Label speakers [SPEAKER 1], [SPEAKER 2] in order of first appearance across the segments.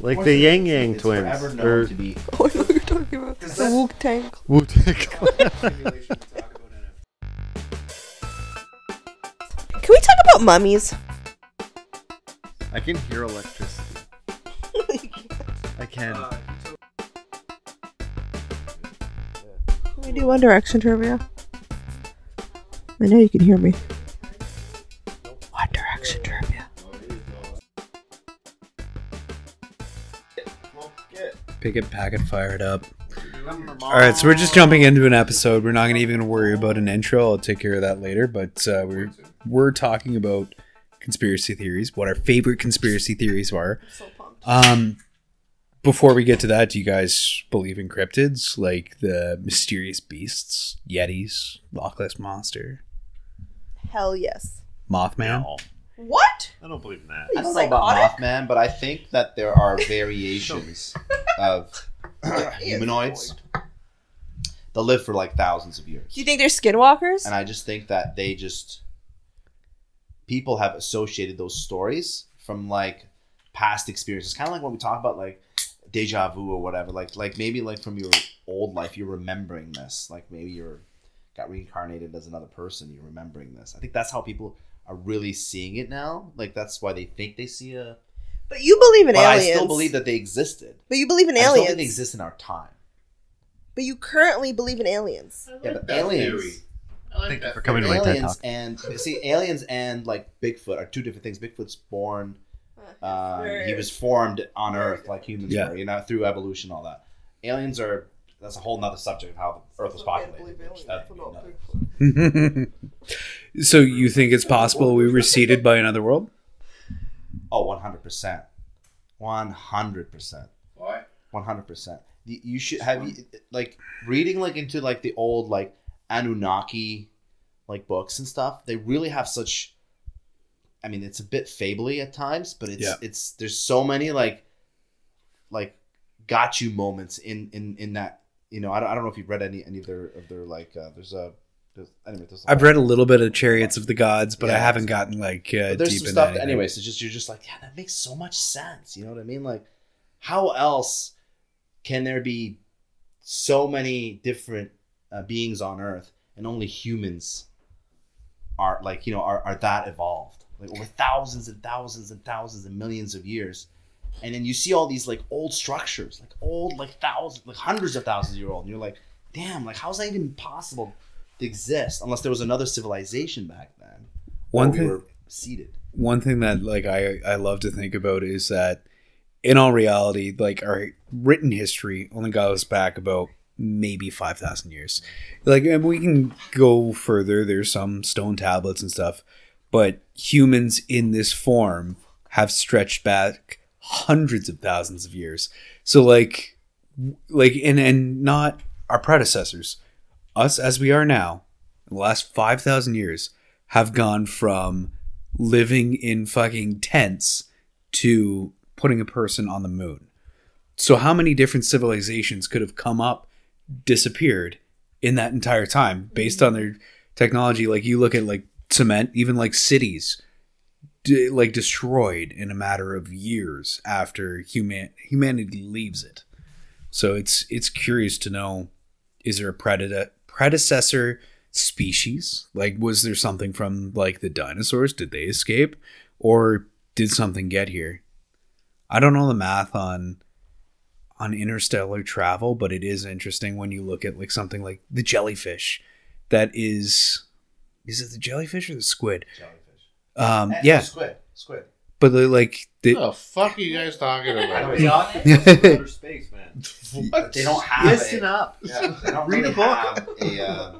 [SPEAKER 1] like the Yang Yang
[SPEAKER 2] It's
[SPEAKER 1] twins
[SPEAKER 2] forever known
[SPEAKER 3] Er,
[SPEAKER 1] or
[SPEAKER 2] to be
[SPEAKER 4] Oh, I know what you're talking about.
[SPEAKER 2] Does
[SPEAKER 4] The
[SPEAKER 2] that-
[SPEAKER 4] Wu Tang.
[SPEAKER 1] Wu Tang.
[SPEAKER 2] simulation to talk about NFT.
[SPEAKER 4] Can we talk about mummies?
[SPEAKER 1] I can hear electricity. I can.
[SPEAKER 2] Uh,
[SPEAKER 4] Can we do One Direction trivia? I know you can hear me. One Direction trivia.
[SPEAKER 3] Pick it, pack it, fire it up.
[SPEAKER 2] All
[SPEAKER 3] All right, so we're just jumping into an episode. We're not gonna even worry about an intro. I'll take care of that later. But uh, we're we're talking about conspiracy theories. What our favorite conspiracy theories are. Um, before we get to that, do you guys believe in cryptids like the mysterious beasts, Yetis, Loch Ness monster,
[SPEAKER 4] Hell yes.
[SPEAKER 3] Mothman?
[SPEAKER 4] What?
[SPEAKER 1] I don't believe in that.
[SPEAKER 2] I don't know about Mothman, but I think that there are variations of humanoids that live for like thousands of years.
[SPEAKER 4] Do you think they're skinwalkers?
[SPEAKER 2] And I just think that they just people have associated those stories from like past experiences, kind of like when we talk about like deja vu or whatever. Like like maybe like from your old life, you're remembering this. Like maybe you're got reincarnated as another person, you're remembering this. I think that's how people are really seeing it now. Like that's why they think they see a.
[SPEAKER 4] but you believe in
[SPEAKER 2] but
[SPEAKER 4] aliens.
[SPEAKER 2] I still believe that they existed.
[SPEAKER 4] But you believe in
[SPEAKER 2] I just don't
[SPEAKER 4] aliens.
[SPEAKER 2] think they exist in our time.
[SPEAKER 4] But you currently believe in aliens.
[SPEAKER 2] Yeah, but aliens.
[SPEAKER 1] Thank you for coming to my TED
[SPEAKER 2] aliens
[SPEAKER 1] talk.
[SPEAKER 2] and see aliens and like Bigfoot are two different things. Bigfoot's born. Um, he was formed on Earth like humans
[SPEAKER 3] Yeah.
[SPEAKER 2] were, you know, through evolution, all that. Aliens are that's a whole nother subject of how the Earth was populated. which that would be another-
[SPEAKER 3] so you think it's possible we were seeded by another world?
[SPEAKER 2] Oh, one hundred percent, one hundred percent,
[SPEAKER 5] Why?
[SPEAKER 2] one hundred percent. You you should have you like reading like into like the old like Anunnaki like books and stuff. They really have such. I mean, it's a bit fably at times, but it's
[SPEAKER 3] Yeah.
[SPEAKER 2] it's there's so many like like got you moments in in in that you know I don't, I don't know if you've read any any of their of their like uh, there's a there's, anyway there's a
[SPEAKER 3] I've read a little bit of Chariots of the Gods, but I
[SPEAKER 2] Yeah.
[SPEAKER 3] haven't gotten like uh,
[SPEAKER 2] but there's
[SPEAKER 3] deep
[SPEAKER 2] some
[SPEAKER 3] in
[SPEAKER 2] stuff
[SPEAKER 3] anything.
[SPEAKER 2] anyways it's just you're just like yeah that makes so much sense you know what i mean like how else can there be so many different uh, beings on earth and only humans are like you know are, are that evolved like over thousands and thousands and thousands and millions of years and then you see all these like old structures like old like thousands like hundreds of thousands year old and you're like damn like how's that even possible to exist unless there was another civilization back then
[SPEAKER 3] One
[SPEAKER 2] where
[SPEAKER 3] thing-
[SPEAKER 2] we were seated
[SPEAKER 3] one thing that like I I love to think about is that in all reality, like our written history only goes back about maybe five thousand years. Like and we can go further. There's some stone tablets and stuff, but humans in this form have stretched back hundreds of thousands of years. So like like and and not our predecessors, us as we are now, in the last five thousand years have gone from living in fucking tents to putting a person on the moon. So how many different civilizations could have come up, disappeared in that entire time based on their technology? Like you look at like cement, even like cities, d- like destroyed in a matter of years after human humanity leaves it. So it's it's curious to know is there a predator predecessor species like was there something from like the dinosaurs did they escape or did something get here i don't know the math on on interstellar travel but it is interesting when you look at like something like the jellyfish that is is it the jellyfish or the squid
[SPEAKER 2] Jellyfish.
[SPEAKER 3] um yeah
[SPEAKER 2] Squid. Squid.
[SPEAKER 3] but they're like the,
[SPEAKER 5] What the fuck are you guys talking about?
[SPEAKER 1] Outer space, man.
[SPEAKER 2] But they don't have
[SPEAKER 1] Listen
[SPEAKER 2] a,
[SPEAKER 1] up.
[SPEAKER 2] yeah, they don't
[SPEAKER 1] Read
[SPEAKER 2] really
[SPEAKER 1] a book.
[SPEAKER 2] Have a, uh,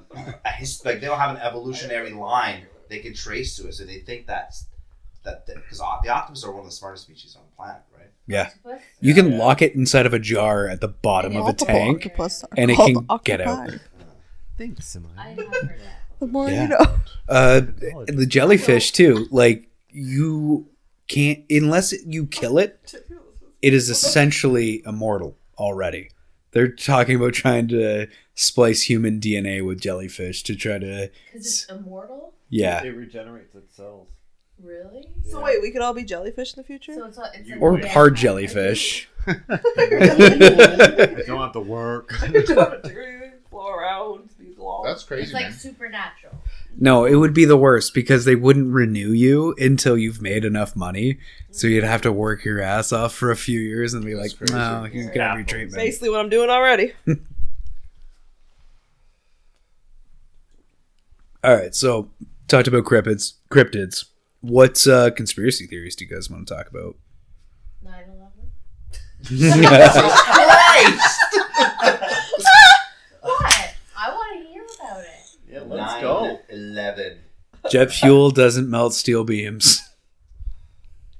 [SPEAKER 2] a his, like they don't have an evolutionary line they can trace to it, so they think that's that because the octopus are one of the smartest species on the planet, right?
[SPEAKER 3] yeah you can lock it inside of a jar at the bottom of a
[SPEAKER 4] Multiple
[SPEAKER 3] tank
[SPEAKER 4] octopus are
[SPEAKER 3] and it
[SPEAKER 4] called
[SPEAKER 3] can get out.
[SPEAKER 4] octopi.
[SPEAKER 1] Thanks, Simon.
[SPEAKER 4] The more
[SPEAKER 3] Yeah.
[SPEAKER 4] you know.
[SPEAKER 3] Uh, the jellyfish too. Like you can't unless you kill it. It is essentially immortal already. They're talking about trying to splice human DNA with jellyfish to try to
[SPEAKER 6] Because it's immortal?
[SPEAKER 3] yeah.
[SPEAKER 1] It regenerates its cells.
[SPEAKER 6] Really?
[SPEAKER 4] So wait, we could all be jellyfish in the
[SPEAKER 6] So
[SPEAKER 4] future?
[SPEAKER 6] it's a, it's a
[SPEAKER 3] Or
[SPEAKER 6] bad
[SPEAKER 3] hard
[SPEAKER 6] memory.
[SPEAKER 3] jellyfish.
[SPEAKER 1] You don't have to work.
[SPEAKER 4] Blow around, be long.
[SPEAKER 5] That's crazy,
[SPEAKER 6] It's like
[SPEAKER 5] man.
[SPEAKER 6] supernatural.
[SPEAKER 3] No, it would be the worst because they wouldn't renew you until you've made enough money. So you'd have to work your ass off for a few years and be
[SPEAKER 5] That's
[SPEAKER 3] like,
[SPEAKER 5] crazy.
[SPEAKER 3] no, you can have your treatment.
[SPEAKER 4] basically what I'm doing already.
[SPEAKER 3] All right, so talked about cryptids. Cryptids. What uh, conspiracy theories do you guys want to talk about?
[SPEAKER 6] 9 11? What? I want to hear about it.
[SPEAKER 1] Yeah,
[SPEAKER 2] Nine, Eleven.
[SPEAKER 3] Jet fuel doesn't melt steel beams.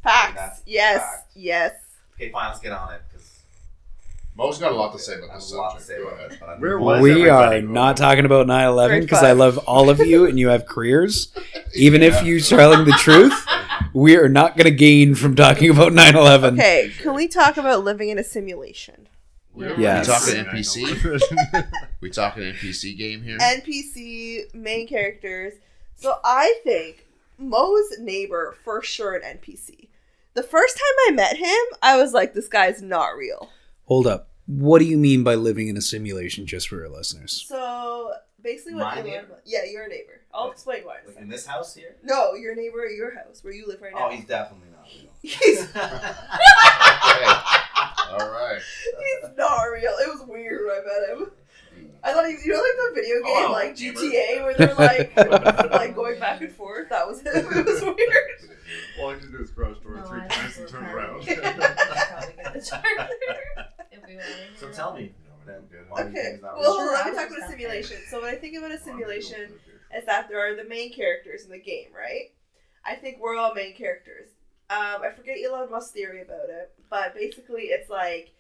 [SPEAKER 4] Facts.
[SPEAKER 2] That's
[SPEAKER 4] Yes.
[SPEAKER 2] fact.
[SPEAKER 4] Yes.
[SPEAKER 2] Okay, fine. Let's get on it because
[SPEAKER 5] Mo's got a lot to say about this
[SPEAKER 2] a lot to
[SPEAKER 5] subject.
[SPEAKER 2] say
[SPEAKER 5] Go
[SPEAKER 2] about
[SPEAKER 5] ahead.
[SPEAKER 2] it, but I'm-
[SPEAKER 1] Where was
[SPEAKER 3] We are
[SPEAKER 1] everybody?
[SPEAKER 3] not talking about 9 11 because I
[SPEAKER 4] Thirty-five.
[SPEAKER 3] love all of you and you have careers. Even if you're telling the truth, we are not going to gain from talking about 9 11.
[SPEAKER 4] Okay, can we talk about living in a simulation?
[SPEAKER 6] Yeah.
[SPEAKER 3] Yes.
[SPEAKER 5] We talking NPC? we talking NPC game here?
[SPEAKER 2] Mm-hmm.
[SPEAKER 4] NPC main characters. So I think Mo's neighbor for sure an NPC. The first time I met him, I was like, this guy's not real.
[SPEAKER 3] Hold up. What do you mean by living in a simulation just for our listeners?
[SPEAKER 4] So basically, what
[SPEAKER 2] My
[SPEAKER 4] I learned
[SPEAKER 2] neighbor?
[SPEAKER 4] was- yeah, your neighbor. I'll explain why. In a
[SPEAKER 2] like
[SPEAKER 4] second.
[SPEAKER 2] in this house here.
[SPEAKER 4] No, your neighbor at your house where you live right now.
[SPEAKER 2] Oh, he's definitely not. real.
[SPEAKER 4] he's
[SPEAKER 5] Okay. All right.
[SPEAKER 4] He's not real. It was weird when I met him. I thought he, you know, like the video game,
[SPEAKER 2] Oh,
[SPEAKER 4] like
[SPEAKER 2] neighbor.
[SPEAKER 4] GTA, where they're like, like going back and forth. That was him. It was weird.
[SPEAKER 1] All I had to do is cross
[SPEAKER 6] No,
[SPEAKER 1] door
[SPEAKER 6] I
[SPEAKER 1] three
[SPEAKER 6] think
[SPEAKER 1] times
[SPEAKER 6] we're
[SPEAKER 1] and turn
[SPEAKER 6] probably-
[SPEAKER 1] around.
[SPEAKER 6] we're probably gonna turn there if we wanna hear
[SPEAKER 2] So
[SPEAKER 6] about
[SPEAKER 2] tell
[SPEAKER 6] it.
[SPEAKER 2] me.
[SPEAKER 4] Okay.
[SPEAKER 2] He's not
[SPEAKER 4] Well,
[SPEAKER 2] real.
[SPEAKER 6] Sure,
[SPEAKER 4] let me talk
[SPEAKER 6] I was
[SPEAKER 4] about a
[SPEAKER 6] just
[SPEAKER 4] simulation. So when I think about a simulation, is that there are the main characters in the game, right? I think we're all main characters. Um, I forget Elon Musk's theory about it, but basically it's like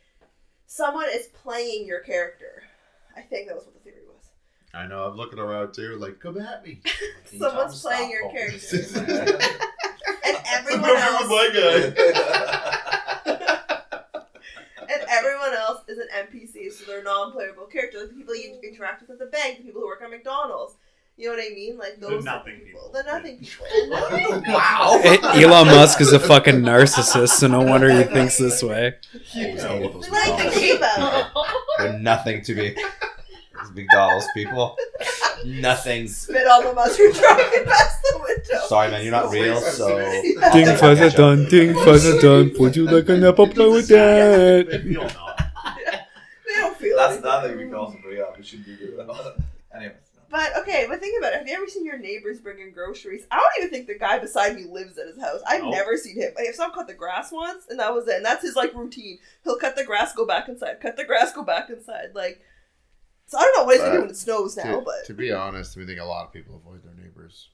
[SPEAKER 4] someone is playing your character. I think that was what the theory was.
[SPEAKER 1] I know. I'm looking around too, like, come at me.
[SPEAKER 2] Can you tell
[SPEAKER 4] Someone's
[SPEAKER 2] him to
[SPEAKER 4] playing your
[SPEAKER 2] stop?
[SPEAKER 4] character. and everyone
[SPEAKER 1] Remember
[SPEAKER 4] else
[SPEAKER 1] my guy.
[SPEAKER 4] and everyone else is an NPC, so they're non-playable characters. Like the people you interact with at the bank, the people who work at McDonald's. You know what I mean? Like
[SPEAKER 1] The
[SPEAKER 4] those
[SPEAKER 1] nothing people.
[SPEAKER 4] The nothing people.
[SPEAKER 2] wow.
[SPEAKER 3] Eh, Elon Musk is a fucking narcissist, so no wonder he thinks this way.
[SPEAKER 2] Always hated those
[SPEAKER 4] The nothing people.
[SPEAKER 2] They're nothing to me. Those McDonald's people. Nothing's.
[SPEAKER 4] Spit on the mushroom truck and past the window.
[SPEAKER 2] Sorry, man. You're not real. So.
[SPEAKER 4] Yeah.
[SPEAKER 3] Ding fuzza dun, ding fuzza dun, would you like an apple pie with that?
[SPEAKER 1] Maybe I'll not.
[SPEAKER 4] They don't feel
[SPEAKER 2] That's
[SPEAKER 4] anything.
[SPEAKER 2] another thing we can also bring up. We should do that. Anyway.
[SPEAKER 4] But okay, but think about it. Have you ever seen your neighbors bringing groceries? I don't even think the guy beside me lives at his house. I've
[SPEAKER 1] Nope.
[SPEAKER 4] never seen him. I saw him cut the grass once, and that was it. And that's his like routine. He'll cut the grass, go back inside. Cut the grass, go back inside. Like, so I don't know what he's gonna do when it snows now.
[SPEAKER 5] To,
[SPEAKER 4] But
[SPEAKER 5] to be honest, we think a lot of people avoid their neighbors.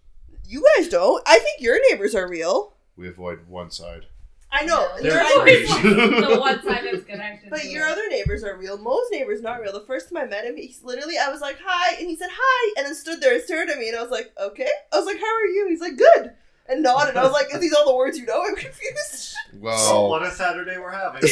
[SPEAKER 4] you guys don't. I think your neighbors are real.
[SPEAKER 5] We avoid one side.
[SPEAKER 4] I know.
[SPEAKER 6] No,
[SPEAKER 4] Your
[SPEAKER 6] they're
[SPEAKER 4] other-
[SPEAKER 6] always the one side that's connected.
[SPEAKER 4] But
[SPEAKER 6] to
[SPEAKER 4] your
[SPEAKER 6] it.
[SPEAKER 4] other neighbors are real. Mo's neighbor's not real. The first time I met him, he's literally, I was like, hi. And he said, hi. And then stood there and stared at me. And I was like, okay. I was like, how are you? He's like, good. And nodded. I was like, is these all the words you know? I'm confused.
[SPEAKER 5] Well,
[SPEAKER 1] What a Saturday we're having.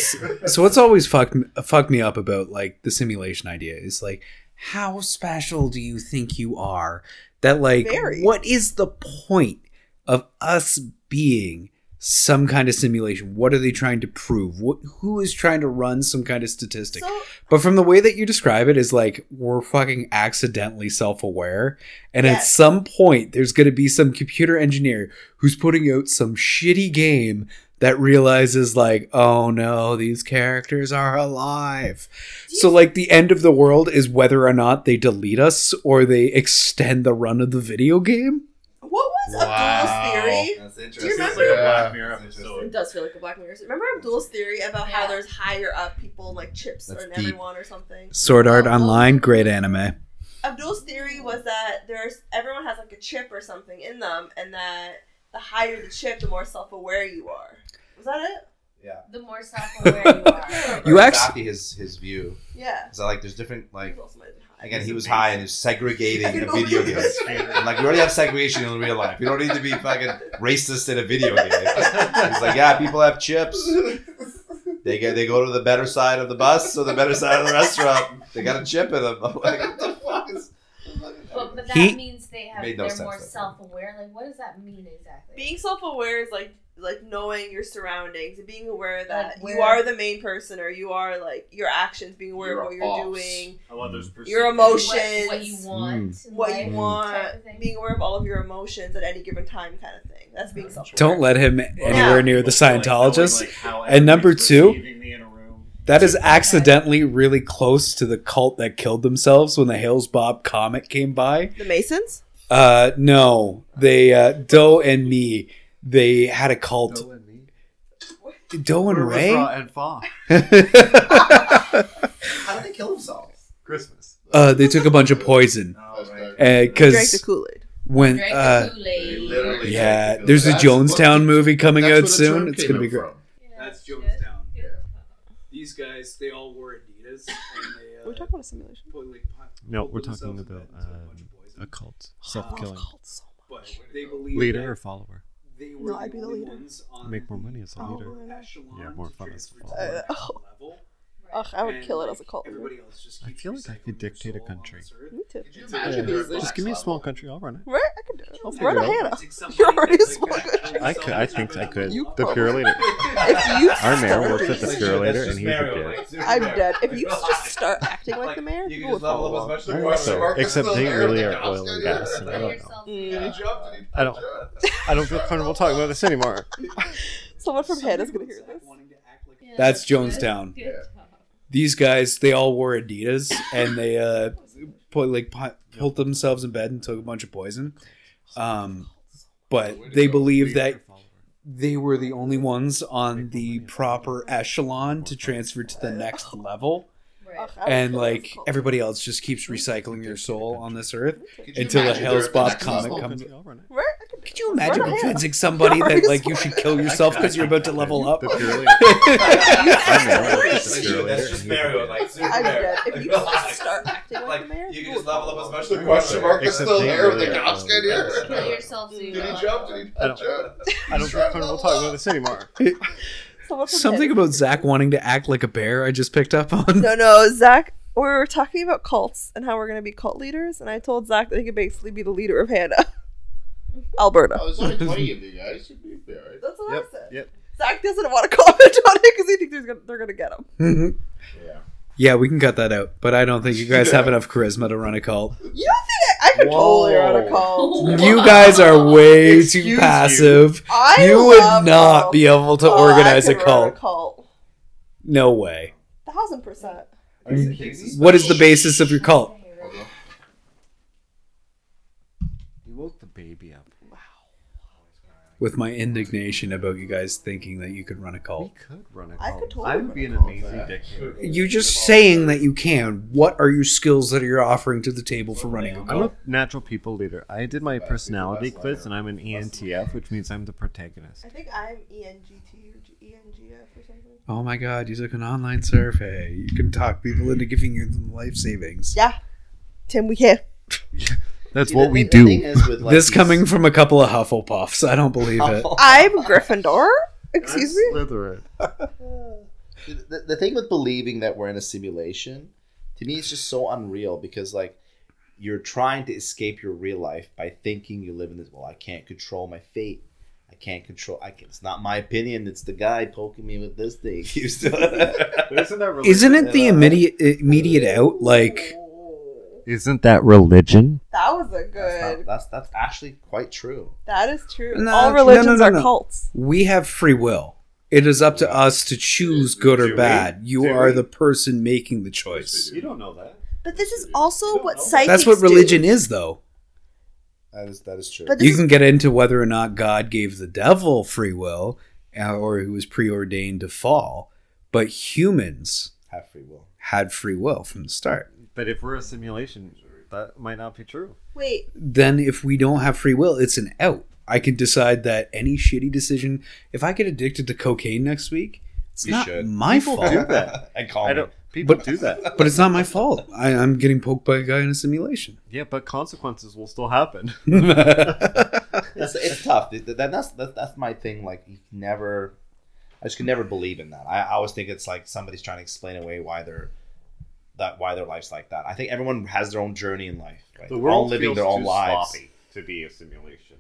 [SPEAKER 3] So what's always fucked me, fucked me up about like the simulation idea is like, how special do you think you are? That like,
[SPEAKER 4] Very.
[SPEAKER 3] what is the point of us being some kind of simulation? What are they trying to prove? What who is trying to run some kind of statistic?
[SPEAKER 4] So,
[SPEAKER 3] But from the way that you describe it is like we're fucking accidentally self-aware and at
[SPEAKER 4] Yes.
[SPEAKER 3] some point there's going to be some computer engineer who's putting out some shitty game that realizes like oh no these characters are alive. So like the end of the world is whether or not they delete us or they extend the run of the video game.
[SPEAKER 4] what was
[SPEAKER 5] Wow.
[SPEAKER 4] Abdul's theory?
[SPEAKER 2] That's
[SPEAKER 1] It
[SPEAKER 2] interesting.
[SPEAKER 4] Do you
[SPEAKER 1] seems
[SPEAKER 4] remember-
[SPEAKER 1] like a Black
[SPEAKER 5] Yeah.
[SPEAKER 1] Mirror
[SPEAKER 2] That's
[SPEAKER 4] It
[SPEAKER 1] episode.
[SPEAKER 4] does feel like a Black Mirror. Remember Abdul's theory about how
[SPEAKER 6] Yeah.
[SPEAKER 4] there's higher up people, like chips
[SPEAKER 2] That's
[SPEAKER 4] on
[SPEAKER 2] deep.
[SPEAKER 4] everyone or something?
[SPEAKER 3] Sword Art
[SPEAKER 4] Oh.
[SPEAKER 3] Online great anime.
[SPEAKER 4] Abdul's theory
[SPEAKER 6] Mm.
[SPEAKER 4] was that there's everyone has like a chip or something in them, and that the higher the chip, the more self aware you are. Was that it?
[SPEAKER 2] Yeah.
[SPEAKER 6] The more self-aware you are.
[SPEAKER 3] You act-
[SPEAKER 2] exactly his his view.
[SPEAKER 4] Yeah.
[SPEAKER 2] Is that like there's different like
[SPEAKER 4] He's also my high.
[SPEAKER 2] again he was high and he was
[SPEAKER 4] I
[SPEAKER 2] segregating a
[SPEAKER 4] know.
[SPEAKER 2] video game. And like we already have segregation in real life. You don't need to be fucking racist in a video game. He's like, yeah, people have chips. They get they go to the better side of the bus or the better side of the restaurant. They got a chip in them. I'm like, what the fuck is?
[SPEAKER 6] But, but that
[SPEAKER 3] He-
[SPEAKER 6] means they have have
[SPEAKER 2] Made no
[SPEAKER 6] they're
[SPEAKER 2] sense
[SPEAKER 6] more
[SPEAKER 2] that time.
[SPEAKER 6] self-aware. Like, what does that mean exactly?
[SPEAKER 4] Being self-aware is like like knowing your surroundings and being aware that
[SPEAKER 6] Like
[SPEAKER 4] you
[SPEAKER 6] where-
[SPEAKER 4] are the main person or you are like your actions, being aware
[SPEAKER 7] You're
[SPEAKER 4] of
[SPEAKER 7] a
[SPEAKER 4] what you're
[SPEAKER 7] boss.
[SPEAKER 4] doing,
[SPEAKER 8] How others perceive
[SPEAKER 4] your
[SPEAKER 8] it.
[SPEAKER 6] What-
[SPEAKER 4] emotions,
[SPEAKER 6] What you want. in
[SPEAKER 4] what
[SPEAKER 6] life
[SPEAKER 4] you
[SPEAKER 6] type
[SPEAKER 4] want,
[SPEAKER 6] of thing.
[SPEAKER 4] being aware of all of your emotions at any given time, kind of thing. That's
[SPEAKER 6] Mm-hmm.
[SPEAKER 4] being self-aware.
[SPEAKER 3] Don't let him anywhere
[SPEAKER 4] Yeah.
[SPEAKER 3] near the
[SPEAKER 8] Like, knowing,
[SPEAKER 3] Scientologist.
[SPEAKER 8] like, how
[SPEAKER 3] And number
[SPEAKER 8] everyone's
[SPEAKER 3] two-
[SPEAKER 8] perceiving me in a room.
[SPEAKER 3] That is accidentally really close to the cult that killed themselves when the Hales Bob comet came by.
[SPEAKER 4] the Masons.
[SPEAKER 3] Uh, no, they uh, Doe and me. They had a cult.
[SPEAKER 8] and me.
[SPEAKER 3] Doe and Ray.
[SPEAKER 8] and Fa.
[SPEAKER 7] How do they kill themselves?
[SPEAKER 8] Christmas.
[SPEAKER 3] uh, they Eh, took a bunch of poison
[SPEAKER 8] Oh, right.
[SPEAKER 4] Drank the
[SPEAKER 3] because
[SPEAKER 4] Kool Aid.
[SPEAKER 3] when
[SPEAKER 6] Drink
[SPEAKER 3] uh,
[SPEAKER 6] the Kool-Aid.
[SPEAKER 7] They literally-
[SPEAKER 3] yeah,
[SPEAKER 7] That's
[SPEAKER 3] there's a
[SPEAKER 7] what-
[SPEAKER 3] Jonestown movie coming
[SPEAKER 7] That's where
[SPEAKER 3] out
[SPEAKER 7] the
[SPEAKER 3] soon.
[SPEAKER 7] term
[SPEAKER 3] It's
[SPEAKER 7] came
[SPEAKER 3] gonna
[SPEAKER 7] in
[SPEAKER 3] be great.
[SPEAKER 7] from.
[SPEAKER 6] Yeah,
[SPEAKER 9] That's
[SPEAKER 6] good.
[SPEAKER 9] Jonestown.
[SPEAKER 6] Yeah.
[SPEAKER 9] These guys, they all wore
[SPEAKER 4] Are
[SPEAKER 9] Adidas,
[SPEAKER 4] we
[SPEAKER 9] and they uh,
[SPEAKER 4] talking about a simulation?
[SPEAKER 9] put, like, pot-
[SPEAKER 5] No,
[SPEAKER 9] put
[SPEAKER 5] we're
[SPEAKER 9] themselves
[SPEAKER 5] talking
[SPEAKER 9] in
[SPEAKER 5] about,
[SPEAKER 9] bed and took a bunch
[SPEAKER 5] um,
[SPEAKER 9] of poison.
[SPEAKER 5] A cult, self
[SPEAKER 4] Oh,
[SPEAKER 5] killing.
[SPEAKER 4] cult so
[SPEAKER 9] But
[SPEAKER 4] much.
[SPEAKER 9] they believe
[SPEAKER 5] Leader or
[SPEAKER 9] that
[SPEAKER 5] follower?
[SPEAKER 9] they were
[SPEAKER 4] No, I'd be the
[SPEAKER 9] only
[SPEAKER 4] leader.
[SPEAKER 9] ones on
[SPEAKER 5] Make more money as a
[SPEAKER 4] Oh,
[SPEAKER 5] leader.
[SPEAKER 4] really?
[SPEAKER 9] the echelon
[SPEAKER 5] Yeah, more
[SPEAKER 9] to
[SPEAKER 5] fun as a
[SPEAKER 9] transfer to
[SPEAKER 5] follower.
[SPEAKER 9] the
[SPEAKER 4] Uh,
[SPEAKER 9] next level.
[SPEAKER 4] Ugh, I would
[SPEAKER 9] And,
[SPEAKER 4] kill it
[SPEAKER 9] like,
[SPEAKER 4] as a cult.
[SPEAKER 9] everybody else just
[SPEAKER 5] I
[SPEAKER 9] keeps
[SPEAKER 5] feel like I
[SPEAKER 9] recycling
[SPEAKER 5] could
[SPEAKER 9] their
[SPEAKER 5] dictate a
[SPEAKER 9] soul on
[SPEAKER 5] country.
[SPEAKER 9] this earth.
[SPEAKER 4] Me too.
[SPEAKER 7] Could you
[SPEAKER 9] Yeah.
[SPEAKER 7] imagine there's
[SPEAKER 9] Just
[SPEAKER 7] less
[SPEAKER 5] Just give me a
[SPEAKER 7] level?
[SPEAKER 5] small country. I'll run it.
[SPEAKER 4] Right? I can do it.
[SPEAKER 5] I'll
[SPEAKER 4] Run
[SPEAKER 5] figure it out.
[SPEAKER 4] Hannah.
[SPEAKER 9] It's like
[SPEAKER 4] You're already
[SPEAKER 9] somebody
[SPEAKER 4] smoking.
[SPEAKER 9] that's, like,
[SPEAKER 5] I could. I think I could.
[SPEAKER 4] You
[SPEAKER 5] the Purelator.
[SPEAKER 4] If you
[SPEAKER 5] Our
[SPEAKER 4] start
[SPEAKER 5] mayor works at the
[SPEAKER 4] doing-
[SPEAKER 5] Purelator, and he's a dick.
[SPEAKER 4] I'm dead. If you just start acting like the
[SPEAKER 8] You
[SPEAKER 4] mayor, who
[SPEAKER 8] can just
[SPEAKER 4] would
[SPEAKER 8] level
[SPEAKER 4] follow
[SPEAKER 8] up
[SPEAKER 4] up?
[SPEAKER 8] as much as
[SPEAKER 5] I
[SPEAKER 8] you
[SPEAKER 5] think
[SPEAKER 8] want.
[SPEAKER 5] so.
[SPEAKER 8] Mark is
[SPEAKER 5] Except
[SPEAKER 8] still
[SPEAKER 5] they
[SPEAKER 8] there,
[SPEAKER 5] really
[SPEAKER 8] the
[SPEAKER 5] are
[SPEAKER 8] cops
[SPEAKER 5] oil
[SPEAKER 8] got
[SPEAKER 5] and
[SPEAKER 8] you.
[SPEAKER 5] gas, and I
[SPEAKER 6] Put
[SPEAKER 5] don't
[SPEAKER 6] yourself
[SPEAKER 4] Mm.
[SPEAKER 6] in.
[SPEAKER 8] Good job, dude.
[SPEAKER 5] I don't.
[SPEAKER 8] Good
[SPEAKER 5] I don't feel comfortable talking about this anymore.
[SPEAKER 4] Someone from
[SPEAKER 9] Somebody
[SPEAKER 4] Hannah's gonna
[SPEAKER 9] was
[SPEAKER 4] hear
[SPEAKER 9] like
[SPEAKER 4] this.
[SPEAKER 9] wanting to act like-
[SPEAKER 6] Yeah,
[SPEAKER 3] That's
[SPEAKER 6] good.
[SPEAKER 3] Jonestown.
[SPEAKER 6] Good
[SPEAKER 7] Yeah.
[SPEAKER 6] job.
[SPEAKER 3] These guys, they all wore Adidas and they uh, put like pu- pulled themselves in bed and took a bunch of poison. Um, but they believe that they were the only ones on the proper echelon to transfer to the next level,
[SPEAKER 6] Right.
[SPEAKER 4] Ugh, I would
[SPEAKER 3] and
[SPEAKER 4] kill it as a
[SPEAKER 3] like
[SPEAKER 4] cult.
[SPEAKER 3] everybody else just keeps recycling their soul on this earth.
[SPEAKER 7] Could you
[SPEAKER 3] Until the
[SPEAKER 7] imagine
[SPEAKER 3] Hell's
[SPEAKER 7] they're at
[SPEAKER 3] Bob
[SPEAKER 7] the next
[SPEAKER 3] comic
[SPEAKER 7] level?
[SPEAKER 3] comes.
[SPEAKER 5] I'll run it.
[SPEAKER 4] Right? I could
[SPEAKER 3] Could you imagine
[SPEAKER 4] Right.
[SPEAKER 3] convincing somebody that like you should kill yourself because you're about to level up?
[SPEAKER 5] The Purelator. I
[SPEAKER 4] I'm
[SPEAKER 5] know.
[SPEAKER 4] dead.
[SPEAKER 5] It's the Purelator,
[SPEAKER 9] That's just
[SPEAKER 5] and he's a
[SPEAKER 9] Mario,
[SPEAKER 5] dick.
[SPEAKER 9] like, super
[SPEAKER 4] I'm
[SPEAKER 9] Mario.
[SPEAKER 4] dead. If you just start acting like, the mayor,
[SPEAKER 9] Like, you can just level up as much as
[SPEAKER 8] The
[SPEAKER 9] you
[SPEAKER 8] question
[SPEAKER 9] want.
[SPEAKER 8] mark is
[SPEAKER 5] Except
[SPEAKER 8] still
[SPEAKER 5] they
[SPEAKER 8] there. The
[SPEAKER 5] really are
[SPEAKER 8] cops get
[SPEAKER 5] oil and gas.
[SPEAKER 6] Put
[SPEAKER 8] here.
[SPEAKER 6] yourself in.
[SPEAKER 8] Did he jump? Did he
[SPEAKER 5] I don't-
[SPEAKER 8] not jump?
[SPEAKER 5] I don't feel comfortable talking about this anymore.
[SPEAKER 4] someone from
[SPEAKER 3] Something
[SPEAKER 4] Hannah's
[SPEAKER 3] about
[SPEAKER 4] gonna
[SPEAKER 3] Zach
[SPEAKER 4] hear
[SPEAKER 3] wanting to act like a bear. I just picked up on.
[SPEAKER 4] this. No, no, Zach. We were talking about cults and how we're gonna be cult leaders, and I told Zach that he could basically be the leader of Hannah, Alberta.
[SPEAKER 7] Oh, there's only 20 of you guys. You'd be alright.
[SPEAKER 4] That's what I said.
[SPEAKER 5] yep.
[SPEAKER 4] Zach doesn't want to comment on it because he thinks he's gonna, they're gonna get him.
[SPEAKER 3] Mhm.
[SPEAKER 7] Yeah.
[SPEAKER 3] yeah, we can cut that out, but I don't think you guys have enough charisma to run a cult.
[SPEAKER 4] You don't think I, I could totally run a cult?
[SPEAKER 3] You guys are way
[SPEAKER 5] Excuse
[SPEAKER 3] too
[SPEAKER 5] you.
[SPEAKER 3] passive.
[SPEAKER 4] I
[SPEAKER 3] You, would
[SPEAKER 4] love
[SPEAKER 3] not
[SPEAKER 4] cults.
[SPEAKER 3] be able to
[SPEAKER 4] Oh, I
[SPEAKER 3] organize a
[SPEAKER 4] could run
[SPEAKER 3] cult. No way.
[SPEAKER 4] Thousand percent.
[SPEAKER 8] Are you kidding me?
[SPEAKER 3] What is the basis of your cult?
[SPEAKER 5] You woke the baby up.
[SPEAKER 3] With my indignation about you guys thinking that you could run a
[SPEAKER 5] We
[SPEAKER 3] cult.
[SPEAKER 5] could run a
[SPEAKER 4] I
[SPEAKER 5] cult.
[SPEAKER 4] could totally
[SPEAKER 5] I would
[SPEAKER 4] run
[SPEAKER 5] be
[SPEAKER 4] a
[SPEAKER 5] an
[SPEAKER 4] cult.
[SPEAKER 5] amazing dictator.
[SPEAKER 3] You're just saying that you can. What are your skills that you're offering to the table for running a
[SPEAKER 5] I'm
[SPEAKER 3] cult?
[SPEAKER 5] a natural people leader. I did my personality quiz, and I'm an E ENTF, which means I'm the protagonist.
[SPEAKER 4] I think I'm ENGT or G- ENGF or something.
[SPEAKER 3] Oh my god, you took an online survey. You can talk people into giving you them life savings.
[SPEAKER 4] Yeah. Tim, we here.
[SPEAKER 5] That's
[SPEAKER 2] See, the
[SPEAKER 5] what we
[SPEAKER 2] thing- the thing
[SPEAKER 5] do.
[SPEAKER 2] is with, like,
[SPEAKER 3] this
[SPEAKER 2] these-
[SPEAKER 3] coming from a couple of Hufflepuffs. I don't believe it.
[SPEAKER 4] I'm Gryffindor. Excuse me.
[SPEAKER 5] Slytherin.
[SPEAKER 2] the, the thing with believing that we're in a simulation to me is just so unreal because like you're trying to escape your real life by thinking you live in this well i can't control my fate i can't control i can, it's not my opinion it's the guy poking me with this thing
[SPEAKER 8] Isn't that really?
[SPEAKER 3] Isn't it the immediate immediate out? Like
[SPEAKER 4] Ooh,
[SPEAKER 5] Isn't that religion?
[SPEAKER 4] That was a
[SPEAKER 2] that's, not,
[SPEAKER 4] good.
[SPEAKER 2] that's that's actually quite true
[SPEAKER 4] That is true.
[SPEAKER 3] No,
[SPEAKER 4] All
[SPEAKER 3] no,
[SPEAKER 4] religions
[SPEAKER 3] no, no,
[SPEAKER 4] are
[SPEAKER 3] no.
[SPEAKER 4] cults.
[SPEAKER 3] we have free will. It is up to us to choose good
[SPEAKER 8] Do
[SPEAKER 3] or
[SPEAKER 8] we?
[SPEAKER 3] bad. You
[SPEAKER 8] Do
[SPEAKER 3] are
[SPEAKER 8] we?
[SPEAKER 3] the person making the choice.
[SPEAKER 8] You don't know that.
[SPEAKER 4] But this is
[SPEAKER 8] You
[SPEAKER 4] also
[SPEAKER 8] don't
[SPEAKER 4] what
[SPEAKER 8] know.
[SPEAKER 4] psychics
[SPEAKER 3] That's what religion
[SPEAKER 4] do.
[SPEAKER 3] is, though.
[SPEAKER 2] that is that is true
[SPEAKER 4] But
[SPEAKER 3] You
[SPEAKER 4] this
[SPEAKER 3] can get into whether or not God gave the devil free will uh, or who was preordained to fall, but humans
[SPEAKER 2] have free will
[SPEAKER 3] had free will from the start.
[SPEAKER 5] But if we're a simulation, that might not be true.
[SPEAKER 4] Wait,
[SPEAKER 3] Then, if we don't have free will, it's an out. I can decide that any shitty decision. If I get addicted to cocaine next week, it's
[SPEAKER 2] You
[SPEAKER 3] not
[SPEAKER 2] should.
[SPEAKER 3] my fault.
[SPEAKER 5] do that.
[SPEAKER 2] and call
[SPEAKER 5] I
[SPEAKER 2] me
[SPEAKER 5] don't. People
[SPEAKER 3] But-
[SPEAKER 5] do that.
[SPEAKER 3] But it's not my fault. I, I'm getting poked by a guy in a simulation.
[SPEAKER 5] Yeah, but consequences will still happen.
[SPEAKER 2] it's, it's tough. Th- th- that- that's that, that's my thing. Like you can never, I just can never believe in that. I, I always think it's like somebody's trying to explain away why they're that why their life's like that. I think everyone has their own journey in life. Right?
[SPEAKER 5] The
[SPEAKER 2] They're
[SPEAKER 5] world
[SPEAKER 2] all living
[SPEAKER 5] feels
[SPEAKER 2] their own
[SPEAKER 5] too
[SPEAKER 2] lives.
[SPEAKER 5] sloppy.
[SPEAKER 9] to be a simulation,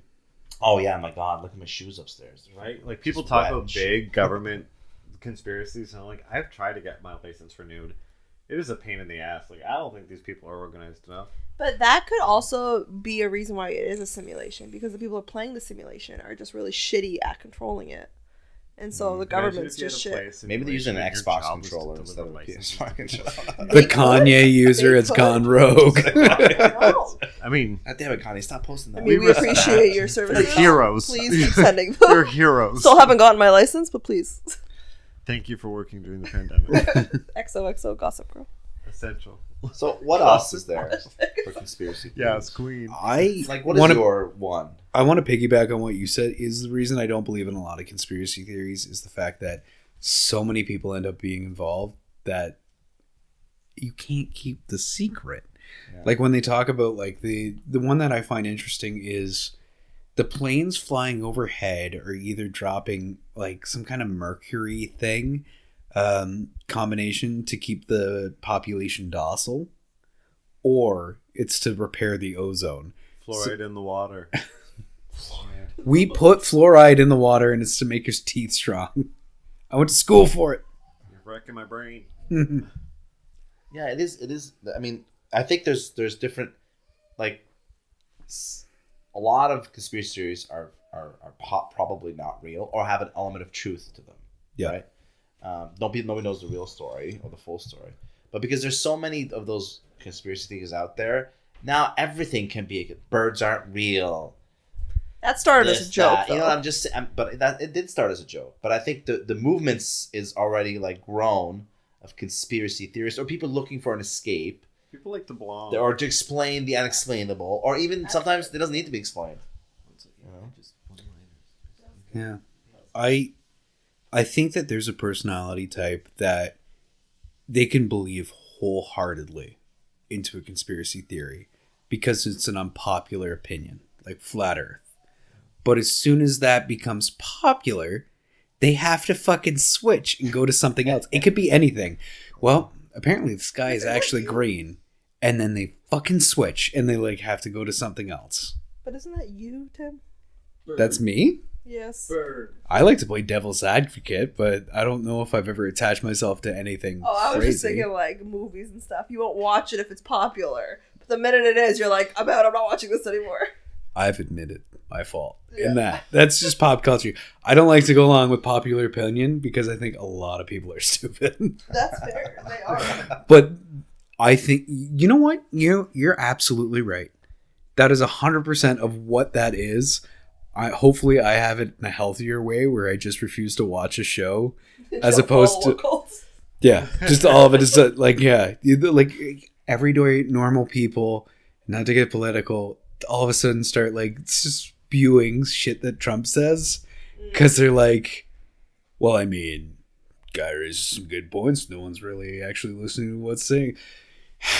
[SPEAKER 2] Oh yeah, my God! Look at my shoes upstairs. They're
[SPEAKER 9] right?
[SPEAKER 2] fucking
[SPEAKER 9] Like people
[SPEAKER 2] just
[SPEAKER 9] talk
[SPEAKER 2] wet
[SPEAKER 9] about
[SPEAKER 2] and shit.
[SPEAKER 9] big government conspiracies, and I'm like, I've tried to get my license renewed. It is a pain in the ass. Like I don't think these people are organized enough.
[SPEAKER 4] But that could also be a reason why it is a simulation because the people who are playing the simulation are just really shitty at controlling it. And so the government's just shit.
[SPEAKER 2] Maybe they're using an Xbox controller instead of a PS5 controller.
[SPEAKER 3] The Kanye user has
[SPEAKER 4] Bigfoot.
[SPEAKER 3] gone rogue.
[SPEAKER 4] No.
[SPEAKER 9] I mean,
[SPEAKER 2] God damn it, Connie! Stop posting
[SPEAKER 4] Oh, I
[SPEAKER 2] that.
[SPEAKER 4] mean, we
[SPEAKER 9] respect-
[SPEAKER 4] appreciate your
[SPEAKER 9] you're
[SPEAKER 4] services.
[SPEAKER 9] heroes.
[SPEAKER 4] Please keep sending
[SPEAKER 9] you're
[SPEAKER 4] them.
[SPEAKER 9] heroes.
[SPEAKER 4] Still haven't gotten my license, but please.
[SPEAKER 9] Thank you for working during the pandemic.
[SPEAKER 4] XOXO Gossip Girl.
[SPEAKER 9] Essential.
[SPEAKER 2] so what else is there for conspiracy?
[SPEAKER 9] Yeah, it's Queen.
[SPEAKER 3] I
[SPEAKER 2] Like what is
[SPEAKER 3] Wanna-
[SPEAKER 2] your one?
[SPEAKER 3] I want to piggyback on what you said. Is the reason I don't believe in a lot of conspiracy theories is the fact that so many people end up being involved that you can't keep the secret.
[SPEAKER 2] Yeah.
[SPEAKER 3] Like when they talk about like the the one that I find interesting is the planes flying overhead are either dropping like some kind of mercury thing um, combination to keep the population docile, or it's to repair the ozone.
[SPEAKER 9] Fluoride in the water.
[SPEAKER 3] We put fluoride in the water and it's to make your teeth strong. I went to school for it.
[SPEAKER 9] You're wrecking my brain.
[SPEAKER 2] Yeah, it is. It is. I mean, I think there's there's different, like, s- a lot of conspiracy theories are are, are po- probably not real or have an element of truth to them.
[SPEAKER 3] Yeah.
[SPEAKER 2] Right. Um, nobody nobody knows the real story or the full story, but because there's so many of those conspiracy theories out there, now everything can be. Birds aren't real.
[SPEAKER 4] That started as
[SPEAKER 2] this,
[SPEAKER 4] a joke,
[SPEAKER 2] that.
[SPEAKER 4] though.
[SPEAKER 2] You know, I'm just, I'm, but that it did start as a joke. But I think the the movements is already like grown of conspiracy theorists or people looking for an escape
[SPEAKER 9] People like to belong.
[SPEAKER 2] or to explain the unexplainable, or even sometimes it doesn't need to be explained.
[SPEAKER 3] Yeah. I I think that there's a personality type that they can believe wholeheartedly into a conspiracy theory because it's an unpopular opinion, like flat earth. But as soon as that becomes popular, they have to fucking switch and go to something else. It could be anything. Well, apparently the sky is actually green and then they fucking switch and they like have to go to something else.
[SPEAKER 4] But isn't that you, Tim?
[SPEAKER 10] Burn.
[SPEAKER 3] That's me?
[SPEAKER 4] Yes.
[SPEAKER 10] Burn.
[SPEAKER 3] I like to play devil's advocate, but I don't know if I've ever attached myself to anything.
[SPEAKER 4] Oh, I was just
[SPEAKER 3] crazy.
[SPEAKER 4] thinking like movies and stuff. You won't watch it if it's popular. But the minute it is, you're like, I'm out. I'm not watching this anymore.
[SPEAKER 3] I've admitted my fault
[SPEAKER 4] Yeah.
[SPEAKER 3] in that. That's just pop culture. I don't like to go along with popular opinion because I think a lot of people are stupid.
[SPEAKER 4] That's fair. They are.
[SPEAKER 3] but I think you know what? You you're absolutely right. That is hundred percent of what that is. I hopefully I have it in a healthier way where I just refuse to watch a show As opposed to-
[SPEAKER 4] Cults.
[SPEAKER 3] Yeah, just all of it is uh, like yeah, you- like everyday normal people, not to get political, all of a sudden start like spewing shit that Trump says because they're like, well, I mean, guy raises some good points. No one's really actually listening to what's saying.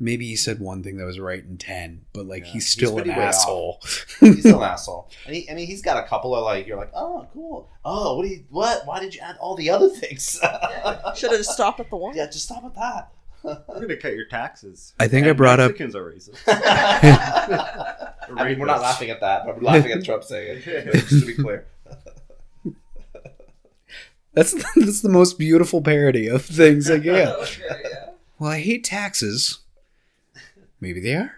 [SPEAKER 3] Maybe he said one thing that was right in ten, but like
[SPEAKER 2] Yeah.
[SPEAKER 3] he's still
[SPEAKER 2] He's
[SPEAKER 3] an
[SPEAKER 2] pretty way off.
[SPEAKER 3] asshole.
[SPEAKER 2] He's an asshole. And he, I mean, he's got a couple of like, you're like, oh, cool. Oh, what do you, what? Why did you add all the other things?
[SPEAKER 4] Should have stopped at the one.
[SPEAKER 2] yeah, just stop with that.
[SPEAKER 9] We're gonna cut your taxes.
[SPEAKER 3] I think I
[SPEAKER 9] And
[SPEAKER 3] brought up-
[SPEAKER 9] Mexicans are racist.
[SPEAKER 2] I mean, we're not laughing at that. But we're laughing at Trump saying it. Just to be clear.
[SPEAKER 3] That's that's the most beautiful parody of things. Like yeah,
[SPEAKER 4] Okay, yeah.
[SPEAKER 3] Well, I hate taxes. Maybe they are.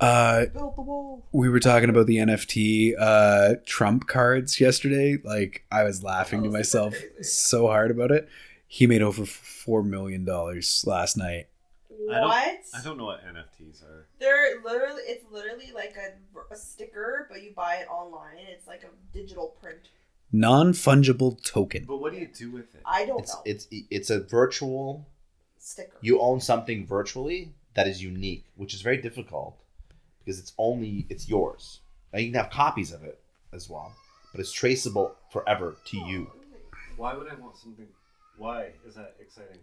[SPEAKER 3] uh,
[SPEAKER 4] Build the wall.
[SPEAKER 3] we were talking about the NFT uh, Trump cards yesterday. Like, I was laughing to
[SPEAKER 4] Oh,
[SPEAKER 3] myself so hard about it. He made over $4 million last night.
[SPEAKER 4] What?
[SPEAKER 9] I don't- I don't know what NFTs are.
[SPEAKER 4] They're literally. It's literally like a, a sticker, but you buy it online. It's like a digital print.
[SPEAKER 3] Non fungible token.
[SPEAKER 9] But what do you do with it?
[SPEAKER 4] I don't
[SPEAKER 2] It's
[SPEAKER 4] know.
[SPEAKER 2] it's it's a virtual.
[SPEAKER 4] sticker.
[SPEAKER 2] You own something virtually that is unique, which is very difficult because it's only it's yours. Now you can have copies of it as well, but it's traceable forever to you.
[SPEAKER 9] Why would I want something? Why is that exciting?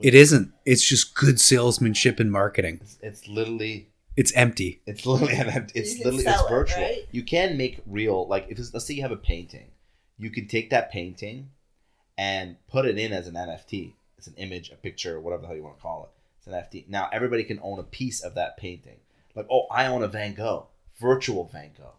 [SPEAKER 3] It isn't. It's just good salesmanship and marketing.
[SPEAKER 2] It's, it's literally
[SPEAKER 3] It's empty.
[SPEAKER 2] It's literally an empty.
[SPEAKER 4] You
[SPEAKER 2] It's
[SPEAKER 4] can
[SPEAKER 2] literally it's
[SPEAKER 4] sell it,
[SPEAKER 2] virtual.
[SPEAKER 4] right?
[SPEAKER 2] You can make real like if it's, let's say you have a painting, you can take that painting and put it in as an NFT. It's an image, a picture, whatever the hell you want to call it. It's an NFT. Now everybody can own a piece of that painting. Like, oh, I own a Van Gogh, virtual Van Gogh,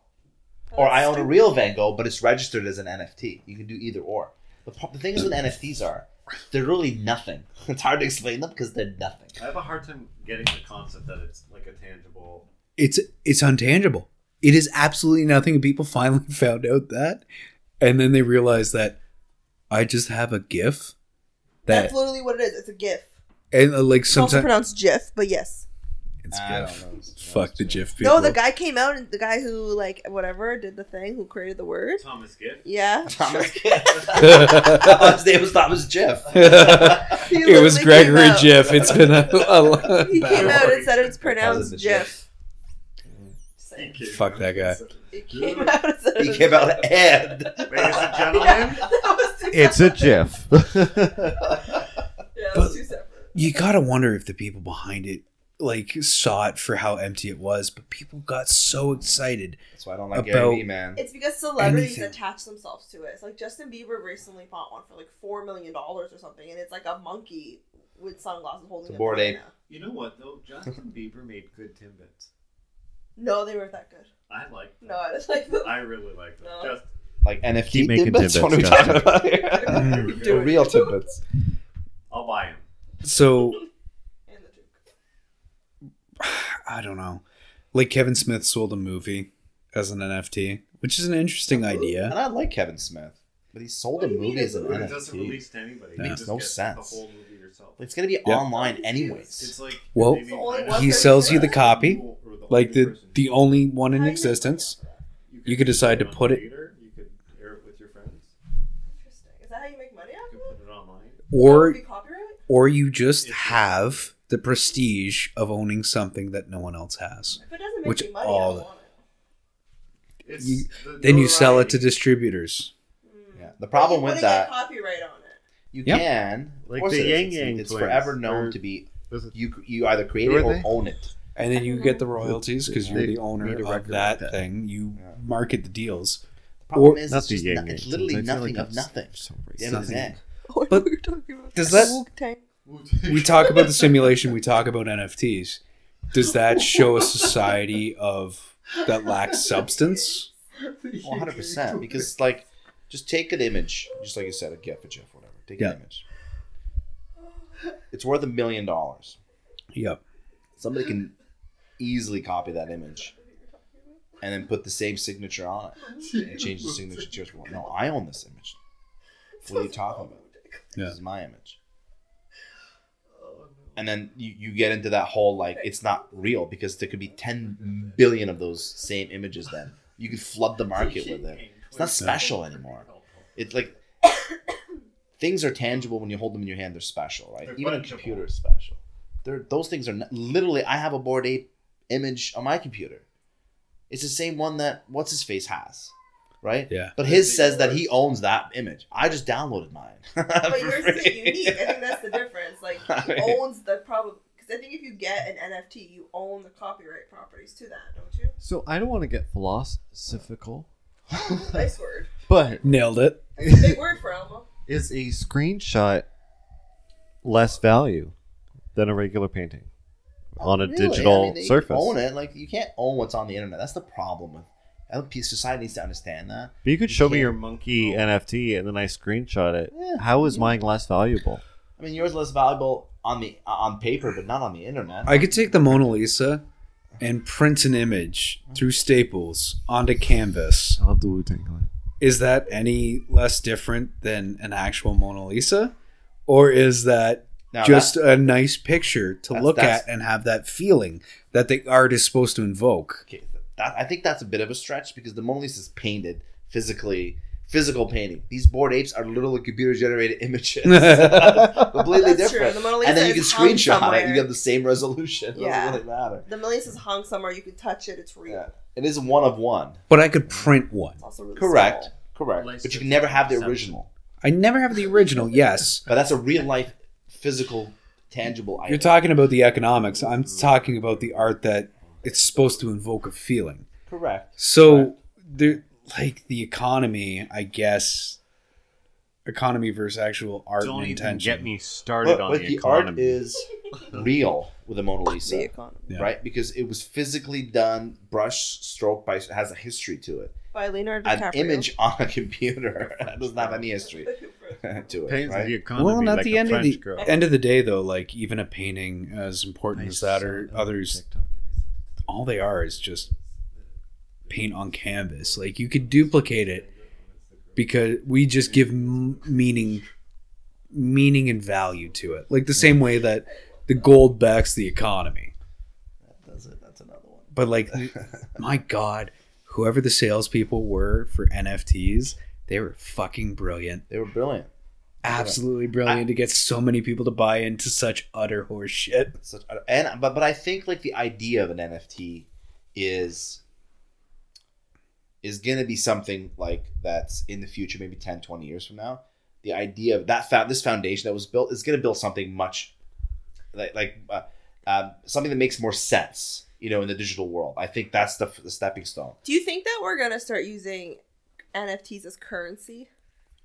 [SPEAKER 4] Oh,
[SPEAKER 2] or
[SPEAKER 4] that's
[SPEAKER 2] I own a
[SPEAKER 4] stupid.
[SPEAKER 2] real Van Gogh, but it's registered as an NFT. You can do either or. The, pro- the things with NFTs are they're really nothing. It's hard to explain them because they're nothing.
[SPEAKER 9] I have a hard time getting the concept that it's like a tangible.
[SPEAKER 3] It's it's untangible. It is absolutely nothing. And people finally found out that, and then they realized that I just have a GIF that
[SPEAKER 4] That's literally what it is. It's a GIF.
[SPEAKER 3] and uh, like
[SPEAKER 4] It's also
[SPEAKER 3] sometimes
[SPEAKER 4] pronounced GIF, but yes.
[SPEAKER 3] it's
[SPEAKER 2] I don't
[SPEAKER 3] GIF.
[SPEAKER 2] know. It's-
[SPEAKER 3] Fuck
[SPEAKER 2] it's
[SPEAKER 3] the
[SPEAKER 2] weird.
[SPEAKER 3] GIF people.
[SPEAKER 4] No, the guy came out, and the guy who like whatever did the thing, who created the word.
[SPEAKER 9] Thomas Giff.
[SPEAKER 4] Yeah,
[SPEAKER 2] Thomas Jeff. His name was Thomas Jeff.
[SPEAKER 4] He
[SPEAKER 3] it was
[SPEAKER 4] literally
[SPEAKER 3] Gregory
[SPEAKER 4] came out-
[SPEAKER 3] GIF. It's been a, a lot.
[SPEAKER 4] He came out and said it's
[SPEAKER 2] That was a
[SPEAKER 4] pronounced GIF.
[SPEAKER 3] Fuck that guy.
[SPEAKER 4] He came out and said
[SPEAKER 2] He came out and
[SPEAKER 9] Ladies and
[SPEAKER 4] Yeah,
[SPEAKER 9] gentlemen,
[SPEAKER 4] that was two
[SPEAKER 9] it's a
[SPEAKER 4] separate.
[SPEAKER 9] GIF.
[SPEAKER 4] Yeah, that was two separate.
[SPEAKER 3] You gotta wonder if the people behind it like saw it for how empty it was, but people got so excited.
[SPEAKER 2] That's why I don't like
[SPEAKER 3] About-
[SPEAKER 2] Gary Vee, man.
[SPEAKER 4] It's because celebrities
[SPEAKER 3] Anything.
[SPEAKER 4] attach themselves to it. It's like Justin Bieber recently bought one for like four million dollars or something, and it's like a monkey with sunglasses holding
[SPEAKER 2] It's a Bored Ape.
[SPEAKER 4] banana.
[SPEAKER 9] You know what though? Justin Bieber made good Timbits.
[SPEAKER 4] No, they weren't that good.
[SPEAKER 9] I like them.
[SPEAKER 4] No, I just like
[SPEAKER 9] I really like them.
[SPEAKER 4] No.
[SPEAKER 9] Just
[SPEAKER 2] Like NFT
[SPEAKER 5] Keep making
[SPEAKER 2] tidbits? What are we
[SPEAKER 5] tidbits,
[SPEAKER 2] talking about here?
[SPEAKER 3] Mm.
[SPEAKER 4] the
[SPEAKER 2] The real tidbits.
[SPEAKER 9] I'll buy them.
[SPEAKER 3] So
[SPEAKER 4] And the Duke.
[SPEAKER 3] I don't know. Like Kevin Smith sold a movie as an NFT, which is an interesting
[SPEAKER 2] And
[SPEAKER 3] idea.
[SPEAKER 2] I like Kevin Smith, but he sold a
[SPEAKER 4] What do you mean
[SPEAKER 2] movie
[SPEAKER 4] it's
[SPEAKER 2] as an
[SPEAKER 4] a movie?
[SPEAKER 9] But it doesn't
[SPEAKER 2] NFT.
[SPEAKER 9] release to anybody.
[SPEAKER 3] Yeah.
[SPEAKER 9] You
[SPEAKER 2] Makes
[SPEAKER 9] just
[SPEAKER 2] no
[SPEAKER 9] get The
[SPEAKER 2] sense.
[SPEAKER 9] whole movie yourself.
[SPEAKER 2] It's gonna be
[SPEAKER 3] Yeah.
[SPEAKER 2] online
[SPEAKER 9] It's
[SPEAKER 2] anyways.
[SPEAKER 9] like
[SPEAKER 3] Well,
[SPEAKER 4] Only
[SPEAKER 9] maybe find
[SPEAKER 4] one
[SPEAKER 9] out
[SPEAKER 3] He
[SPEAKER 4] person
[SPEAKER 3] sells you the
[SPEAKER 4] can.
[SPEAKER 3] copy,
[SPEAKER 9] who or the
[SPEAKER 3] like
[SPEAKER 9] only
[SPEAKER 3] the
[SPEAKER 9] person.
[SPEAKER 3] the only one in
[SPEAKER 4] How do you
[SPEAKER 3] existence.
[SPEAKER 4] Make money off
[SPEAKER 3] you could decide to
[SPEAKER 9] on
[SPEAKER 3] put it-
[SPEAKER 9] later, You could air it with your friends.
[SPEAKER 4] of that? Interesting. Is that how you make money
[SPEAKER 9] You
[SPEAKER 4] off
[SPEAKER 9] could
[SPEAKER 4] of it?
[SPEAKER 9] put it online.
[SPEAKER 4] Would
[SPEAKER 3] Or
[SPEAKER 4] it be copyright?
[SPEAKER 3] or you just have the prestige of owning something that no one else has.
[SPEAKER 4] If it doesn't make
[SPEAKER 3] Which
[SPEAKER 4] me money,
[SPEAKER 3] all-
[SPEAKER 4] I don't want it.
[SPEAKER 9] It's
[SPEAKER 3] You-
[SPEAKER 9] the
[SPEAKER 3] Then you sell it to
[SPEAKER 9] notoriety.
[SPEAKER 3] distributors.
[SPEAKER 4] Mm.
[SPEAKER 2] Yeah. The
[SPEAKER 4] But
[SPEAKER 2] problem
[SPEAKER 4] you
[SPEAKER 2] with
[SPEAKER 4] wouldn't get
[SPEAKER 2] that,
[SPEAKER 4] copyright on it.
[SPEAKER 2] you
[SPEAKER 3] Yep.
[SPEAKER 2] can. of
[SPEAKER 9] Like
[SPEAKER 2] course
[SPEAKER 9] the
[SPEAKER 2] it is.
[SPEAKER 9] Yang
[SPEAKER 2] It's-
[SPEAKER 9] Yang
[SPEAKER 2] It's
[SPEAKER 9] twins,
[SPEAKER 2] forever known
[SPEAKER 9] or-
[SPEAKER 2] to be
[SPEAKER 9] Does it-
[SPEAKER 2] you. You either create
[SPEAKER 5] Who
[SPEAKER 2] it
[SPEAKER 5] are
[SPEAKER 2] or
[SPEAKER 5] they?
[SPEAKER 2] own it.
[SPEAKER 3] And then you get the royalties because you're
[SPEAKER 5] They
[SPEAKER 3] the owner
[SPEAKER 5] need a
[SPEAKER 3] of
[SPEAKER 5] record
[SPEAKER 3] that,
[SPEAKER 5] like that.
[SPEAKER 3] thing. You
[SPEAKER 2] Yeah.
[SPEAKER 3] market the deals.
[SPEAKER 2] The problem
[SPEAKER 3] Or-
[SPEAKER 2] is
[SPEAKER 5] Not
[SPEAKER 2] it's,
[SPEAKER 5] the
[SPEAKER 2] just
[SPEAKER 5] Yang
[SPEAKER 2] no-
[SPEAKER 5] Yang
[SPEAKER 2] it's literally
[SPEAKER 5] twins. I feel
[SPEAKER 2] nothing
[SPEAKER 5] like
[SPEAKER 2] of
[SPEAKER 5] that's
[SPEAKER 2] nothing.
[SPEAKER 5] so
[SPEAKER 2] At
[SPEAKER 5] racist.
[SPEAKER 2] the end of the day.
[SPEAKER 3] Nothing.
[SPEAKER 4] Oh,
[SPEAKER 3] But
[SPEAKER 4] we were talking about
[SPEAKER 3] does that-
[SPEAKER 4] Wu Tang.
[SPEAKER 3] We talk about the simulation. We talk about NFTs. Does that show a society of that lacks substance?
[SPEAKER 2] One hundred percent, because like, just take an image, just like you said, a GIF, a GIF, whatever. Take
[SPEAKER 3] Yeah.
[SPEAKER 2] an image. It's worth a million dollars.
[SPEAKER 3] Yep.
[SPEAKER 2] Somebody can easily copy that image, and then put the same signature on it, and change the signature to yours. Well, no, I own this image. What are you talking about?
[SPEAKER 3] Yeah.
[SPEAKER 2] This is my image. And then you, you get into that whole like it's not real because there could be ten billion of those same images. Then you could flood the market with it. It's not special anymore. It's like things are tangible when you hold them in your hand. They're special, right?
[SPEAKER 9] They're
[SPEAKER 2] Even a
[SPEAKER 9] fungible.
[SPEAKER 2] computer is special. They're, those things are not, literally. I have a board ape image on my computer. It's the same one that what's his face has, right?
[SPEAKER 3] Yeah.
[SPEAKER 2] But
[SPEAKER 9] They-
[SPEAKER 2] his
[SPEAKER 9] they
[SPEAKER 2] says that
[SPEAKER 9] work.
[SPEAKER 2] he owns that image. I just downloaded mine.
[SPEAKER 4] But yours is unique. I think that's the difference. Like he owns the problem. Because I think if you get an NFT, you own the copyright properties to that, don't you?
[SPEAKER 5] So I don't want to get philosophical,
[SPEAKER 4] Nice word.
[SPEAKER 5] but
[SPEAKER 3] Nailed it.
[SPEAKER 4] Big word for Alma.
[SPEAKER 5] is a screenshot less value than a regular painting on a
[SPEAKER 2] Oh, Really? I
[SPEAKER 5] digital
[SPEAKER 2] mean, they
[SPEAKER 5] surface?
[SPEAKER 2] Own it, like you can't own what's on the internet. That's the problem with. I think society needs to understand that.
[SPEAKER 5] But you could
[SPEAKER 2] You
[SPEAKER 5] show me
[SPEAKER 2] can't-
[SPEAKER 5] your monkey
[SPEAKER 11] Oh.
[SPEAKER 5] NFT and then I screenshot it.
[SPEAKER 2] Yeah,
[SPEAKER 5] How is
[SPEAKER 2] yeah.
[SPEAKER 5] mine less valuable?
[SPEAKER 2] I mean, yours is less valuable on the on paper, but not on the internet.
[SPEAKER 3] I could take the Mona Lisa and print an image through Staples onto canvas.
[SPEAKER 5] I love the Wu Tang Clan.
[SPEAKER 3] Is that any less different than an actual Mona Lisa? Or is that
[SPEAKER 2] Now,
[SPEAKER 3] just a nice picture to
[SPEAKER 2] that's-
[SPEAKER 3] look
[SPEAKER 2] that's-
[SPEAKER 3] at and have that feeling that the art is supposed to invoke?
[SPEAKER 2] Okay, that, I think that's a bit of a stretch because the Mona Lisa is painted physically, physical painting. These bored apes are literally computer generated images. Completely
[SPEAKER 4] That's true.
[SPEAKER 2] different.
[SPEAKER 4] The Mona Lisa
[SPEAKER 2] and then you can
[SPEAKER 4] is hung
[SPEAKER 2] screenshot it.
[SPEAKER 4] somewhere.
[SPEAKER 2] You get the same resolution. It
[SPEAKER 4] Yeah.
[SPEAKER 2] doesn't really matter.
[SPEAKER 4] The Mona Lisa's hung somewhere. You can touch it. It's real.
[SPEAKER 2] Yeah. It is one of one.
[SPEAKER 3] But I could print one.
[SPEAKER 4] It's also really
[SPEAKER 2] Correct.
[SPEAKER 4] small.
[SPEAKER 2] Correct.
[SPEAKER 9] License
[SPEAKER 2] But you can never have the
[SPEAKER 9] exception.
[SPEAKER 2] original.
[SPEAKER 3] I never have the original, yes.
[SPEAKER 2] But that's a real life, physical, tangible item.
[SPEAKER 3] You're talking about the economics. I'm talking about the art that it's supposed to invoke a feeling.
[SPEAKER 2] Correct.
[SPEAKER 3] So there, like the economy, I guess, economy versus actual art
[SPEAKER 9] Don't
[SPEAKER 3] and
[SPEAKER 9] even
[SPEAKER 3] intention.
[SPEAKER 9] get me started
[SPEAKER 2] but
[SPEAKER 9] on
[SPEAKER 2] but
[SPEAKER 9] the,
[SPEAKER 2] the
[SPEAKER 9] economy.
[SPEAKER 2] art is real. with a Mona Lisa,
[SPEAKER 4] the economy.
[SPEAKER 3] Yeah.
[SPEAKER 2] right? Because it was physically done, brush stroke by has a history to it.
[SPEAKER 4] By Leonardo
[SPEAKER 2] An
[SPEAKER 4] DiCaprio.
[SPEAKER 2] image on a computer doesn't have any history to it.
[SPEAKER 5] Pains
[SPEAKER 2] Right?
[SPEAKER 5] the economy
[SPEAKER 3] Well, and at
[SPEAKER 5] like
[SPEAKER 3] the
[SPEAKER 5] a
[SPEAKER 3] end of
[SPEAKER 5] French
[SPEAKER 3] the-
[SPEAKER 5] girl.
[SPEAKER 3] End of the day, though, like even a painting as important as that or others, all they are is just paint on canvas. Like you could duplicate it because we just give m- meaning, meaning and value to it. Like the same way that the gold backs the economy.
[SPEAKER 2] That's it. That's another one.
[SPEAKER 3] But like, my God, whoever the salespeople were for NFTs, they were fucking brilliant.
[SPEAKER 2] They were brilliant.
[SPEAKER 3] Absolutely brilliant to get so many people to buy into such utter horseshit.
[SPEAKER 2] Such, and but but I think like the idea of an NFT is is going to be something like that's in the future maybe 10 20 years from now the idea of that found this foundation that was built is going to build something much like like uh, um, something that makes more sense you know in the digital world i think that's the, the stepping stone
[SPEAKER 4] Do you think that we're gonna start using NFTs as currency?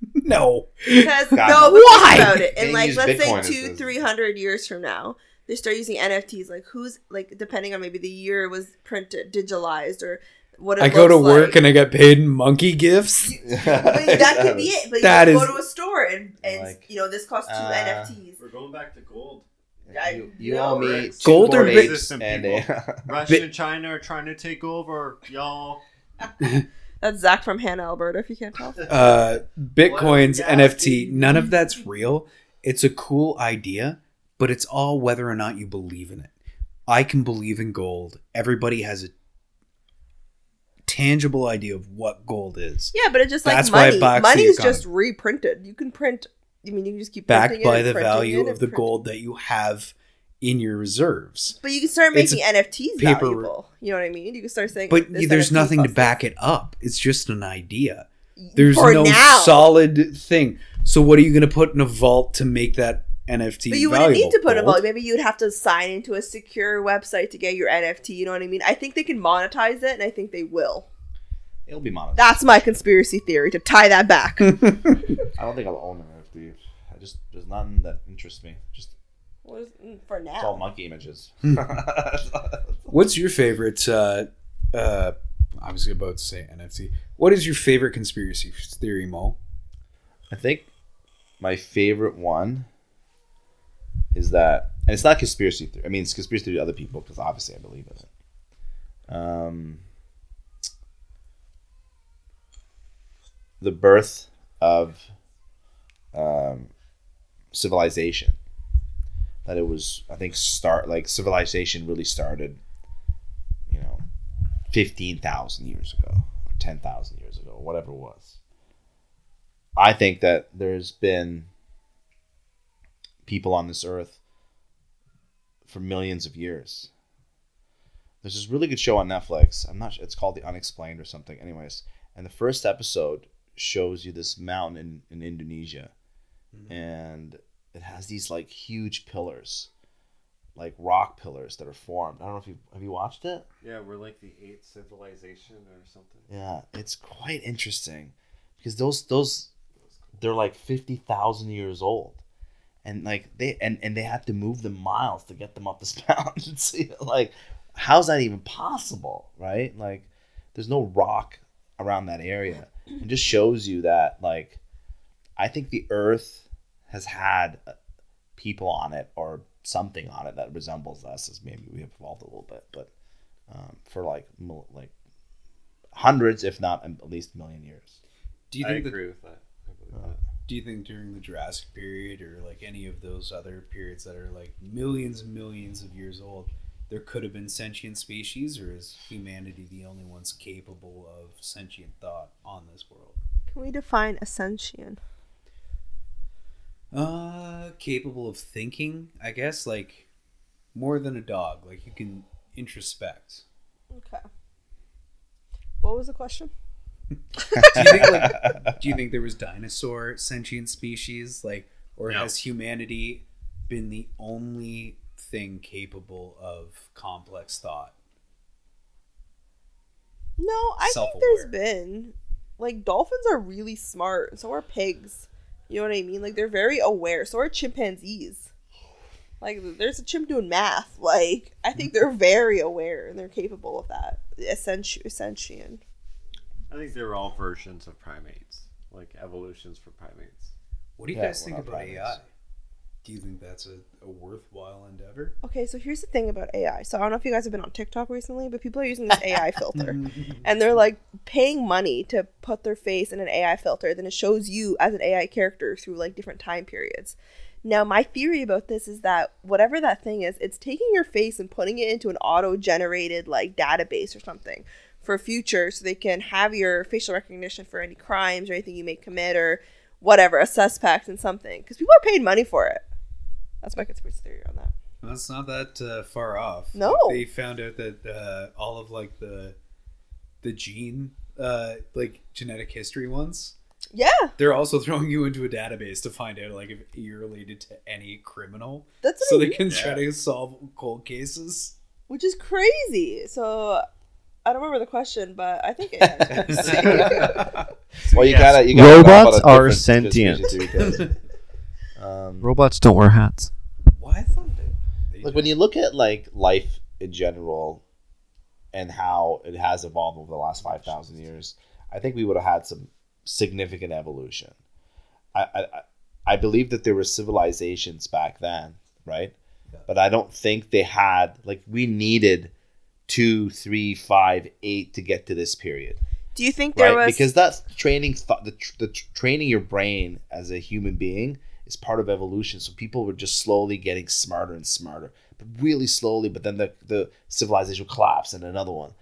[SPEAKER 3] No.
[SPEAKER 4] Because
[SPEAKER 2] God,
[SPEAKER 4] no, but
[SPEAKER 3] why?
[SPEAKER 4] think about it. And
[SPEAKER 2] They
[SPEAKER 4] like,
[SPEAKER 2] use
[SPEAKER 4] let's
[SPEAKER 2] Bitcoin as
[SPEAKER 4] say two,
[SPEAKER 2] the-
[SPEAKER 4] three hundred years from now, they start using NFTs. Like, who's like, depending on maybe the year it was printed, digitalized, or what it
[SPEAKER 3] I go to
[SPEAKER 4] looks
[SPEAKER 3] work
[SPEAKER 4] like.
[SPEAKER 3] and I get paid in monkey gifts.
[SPEAKER 4] But that could be it. But
[SPEAKER 3] That
[SPEAKER 4] you
[SPEAKER 3] is-
[SPEAKER 4] go to a store and, and
[SPEAKER 2] Like,
[SPEAKER 4] you know this costs two
[SPEAKER 2] uh,
[SPEAKER 4] NFTs.
[SPEAKER 9] We're going back to gold.
[SPEAKER 4] I-
[SPEAKER 2] you,
[SPEAKER 4] you
[SPEAKER 2] you
[SPEAKER 4] know,
[SPEAKER 2] owe me
[SPEAKER 9] right?
[SPEAKER 2] two
[SPEAKER 3] Gold or
[SPEAKER 2] Bored
[SPEAKER 3] Bit-
[SPEAKER 2] Apes and uh, a,
[SPEAKER 9] Russia and China are trying to take over, y'all.
[SPEAKER 4] That's Zach from Hannah Alberta. If you can't tell,
[SPEAKER 3] Uh, Bitcoin's
[SPEAKER 9] What? Yeah.
[SPEAKER 3] NFT, none of that's real. It's a cool idea, but it's all whether or not you believe in it. I can believe in gold. Everybody has a tangible idea of what gold is.
[SPEAKER 4] yeah, but it's just like
[SPEAKER 3] That's why it
[SPEAKER 4] money.
[SPEAKER 3] backs the
[SPEAKER 4] Money's
[SPEAKER 3] economy.
[SPEAKER 4] just reprinted. You can print. I mean, you can just keep
[SPEAKER 3] backed
[SPEAKER 4] printing it
[SPEAKER 3] by
[SPEAKER 4] and
[SPEAKER 3] the
[SPEAKER 4] printing it
[SPEAKER 3] value
[SPEAKER 4] and
[SPEAKER 3] of the
[SPEAKER 4] printing-
[SPEAKER 3] gold that you have in your reserves.
[SPEAKER 4] But you can start
[SPEAKER 3] It's
[SPEAKER 4] making NFTs
[SPEAKER 3] paper-
[SPEAKER 4] valuable. You know what I mean? You can start saying,
[SPEAKER 3] But
[SPEAKER 4] this
[SPEAKER 3] there's
[SPEAKER 4] NFT
[SPEAKER 3] nothing to
[SPEAKER 4] costs
[SPEAKER 3] back it up. It's just an idea. There's
[SPEAKER 4] For
[SPEAKER 3] no
[SPEAKER 4] now.
[SPEAKER 3] solid thing. So what are you going to put in a vault to make that NFT?
[SPEAKER 4] But you wouldn't need
[SPEAKER 3] valuable?
[SPEAKER 4] to put a
[SPEAKER 3] Gold?
[SPEAKER 4] vault. Maybe you'd have to sign into a secure website to get your NFT. You know what I mean? I think they can monetize it, and I think they will.
[SPEAKER 2] it'll be monetized
[SPEAKER 4] That's my conspiracy theory to tie that back.
[SPEAKER 3] Hmm.
[SPEAKER 2] i don't think i'll own an nft i just there's nothing that interests me just
[SPEAKER 4] What is- mm, for
[SPEAKER 2] it's all
[SPEAKER 4] now,
[SPEAKER 2] monkey images
[SPEAKER 3] What's your favorite? Uh, uh, I was about to say NFT. What is your favorite conspiracy theory, Mo?
[SPEAKER 2] I think my favorite one is that, and it's not conspiracy theory. I mean, it's conspiracy theory to other people because obviously I believe in it. Um, the birth of um, civilization. That it was, I think, start like civilization really started, you know, fifteen thousand years ago, or ten thousand years ago, whatever it was. I think that there's been people on this earth for millions of years. There's this really good show on Netflix. I'm not sure. It's called The Unexplained or something. Anyways, and the first episode shows you this mountain in, in Indonesia. And it has these like huge pillars, like rock pillars that are formed. I don't know if you have you watched it?
[SPEAKER 9] Yeah, we're like the eighth civilization or something.
[SPEAKER 2] Yeah, it's quite interesting because those those they're like fifty thousand years old, and like they and and they have to move them miles to get them up this mountain. So, you know, like, how's that even possible, right? Like, there's no rock around that area. It just shows you that like, I think the Earth has had uh, people on it or something on it that resembles us as maybe we have evolved a little bit, but um, for like mil- like hundreds, if not at least a million years.
[SPEAKER 3] Do you
[SPEAKER 9] I
[SPEAKER 3] think that
[SPEAKER 9] agree with that. I believe
[SPEAKER 2] Uh,
[SPEAKER 9] that.
[SPEAKER 3] Do you think during the Jurassic period or like any of those other periods that are like millions and millions of years old, there could have been sentient species, or is humanity the only ones capable of sentient thought on this world?
[SPEAKER 4] can we define ascension?
[SPEAKER 3] Uh, capable of thinking, I guess, like more than a dog. Like you can introspect.
[SPEAKER 4] Okay. What was the question?
[SPEAKER 3] Do you think like do you think there was dinosaur sentient species like or
[SPEAKER 9] No.
[SPEAKER 3] has humanity been the only thing capable of complex thought?
[SPEAKER 4] No, I think
[SPEAKER 3] Self-aware.
[SPEAKER 4] there's been like dolphins are really smart. So are pigs. You know what I mean? Like they're very aware. So are chimpanzees. Like, there's a chimp doing math. Like, I
[SPEAKER 3] Hmm.
[SPEAKER 4] think they're very aware and they're capable of that. Essentia, sentient.
[SPEAKER 9] I think they were all versions of primates, like evolutions for primates.
[SPEAKER 3] What do you
[SPEAKER 2] Yeah,
[SPEAKER 3] guys
[SPEAKER 2] we're
[SPEAKER 3] think
[SPEAKER 2] not
[SPEAKER 3] about
[SPEAKER 2] primates.
[SPEAKER 3] AI? Do you think that's a, a worthwhile endeavor?
[SPEAKER 4] Okay, so here's the thing about AI. So I don't know if you guys have been on TikTok recently, but people are using this AI filter.
[SPEAKER 3] Mm-hmm.
[SPEAKER 4] and they're like paying money to put their face in an AI filter, then it shows you as an AI character through like different time periods. Now, my theory about this is that whatever that thing is, it's taking your face and putting it into an auto generated like database or something for future so they can have your facial recognition for any crimes or anything you may commit or whatever, a suspect and something. Because people are paying money for it. That's my conspiracy theory on that.
[SPEAKER 3] Well, it's not that uh, far off.
[SPEAKER 4] No.
[SPEAKER 3] they found out that uh, all of like the the gene, uh, like genetic history ones,
[SPEAKER 4] Yeah,
[SPEAKER 3] they're also throwing you into a database to find out like if you're related to any criminal,
[SPEAKER 4] that's what
[SPEAKER 3] so
[SPEAKER 4] I
[SPEAKER 3] they
[SPEAKER 4] mean.
[SPEAKER 3] can try to solve cold cases.
[SPEAKER 4] which is crazy. So I don't remember the question, but I think it
[SPEAKER 2] Well, you gotta. You gotta
[SPEAKER 5] Robots
[SPEAKER 2] talk about a
[SPEAKER 5] are
[SPEAKER 2] different
[SPEAKER 5] sentient.
[SPEAKER 2] conspiracy theory. um,
[SPEAKER 5] Robots don't wear hats.
[SPEAKER 3] Why I thought they-
[SPEAKER 2] like when you look at like life in general and how it has evolved over the last 5000 years i think we would have had some significant evolution i i, I- I believe that there were civilizations back then right but i don't think they had like we needed two three five eight to get to this period
[SPEAKER 4] Do you think there
[SPEAKER 2] right
[SPEAKER 4] was?
[SPEAKER 2] because that's training th- the, tr- the tr- training your brain as a human being is part of evolution so people were just slowly getting smarter and smarter but really slowly but then the, the civilization would collapse and another one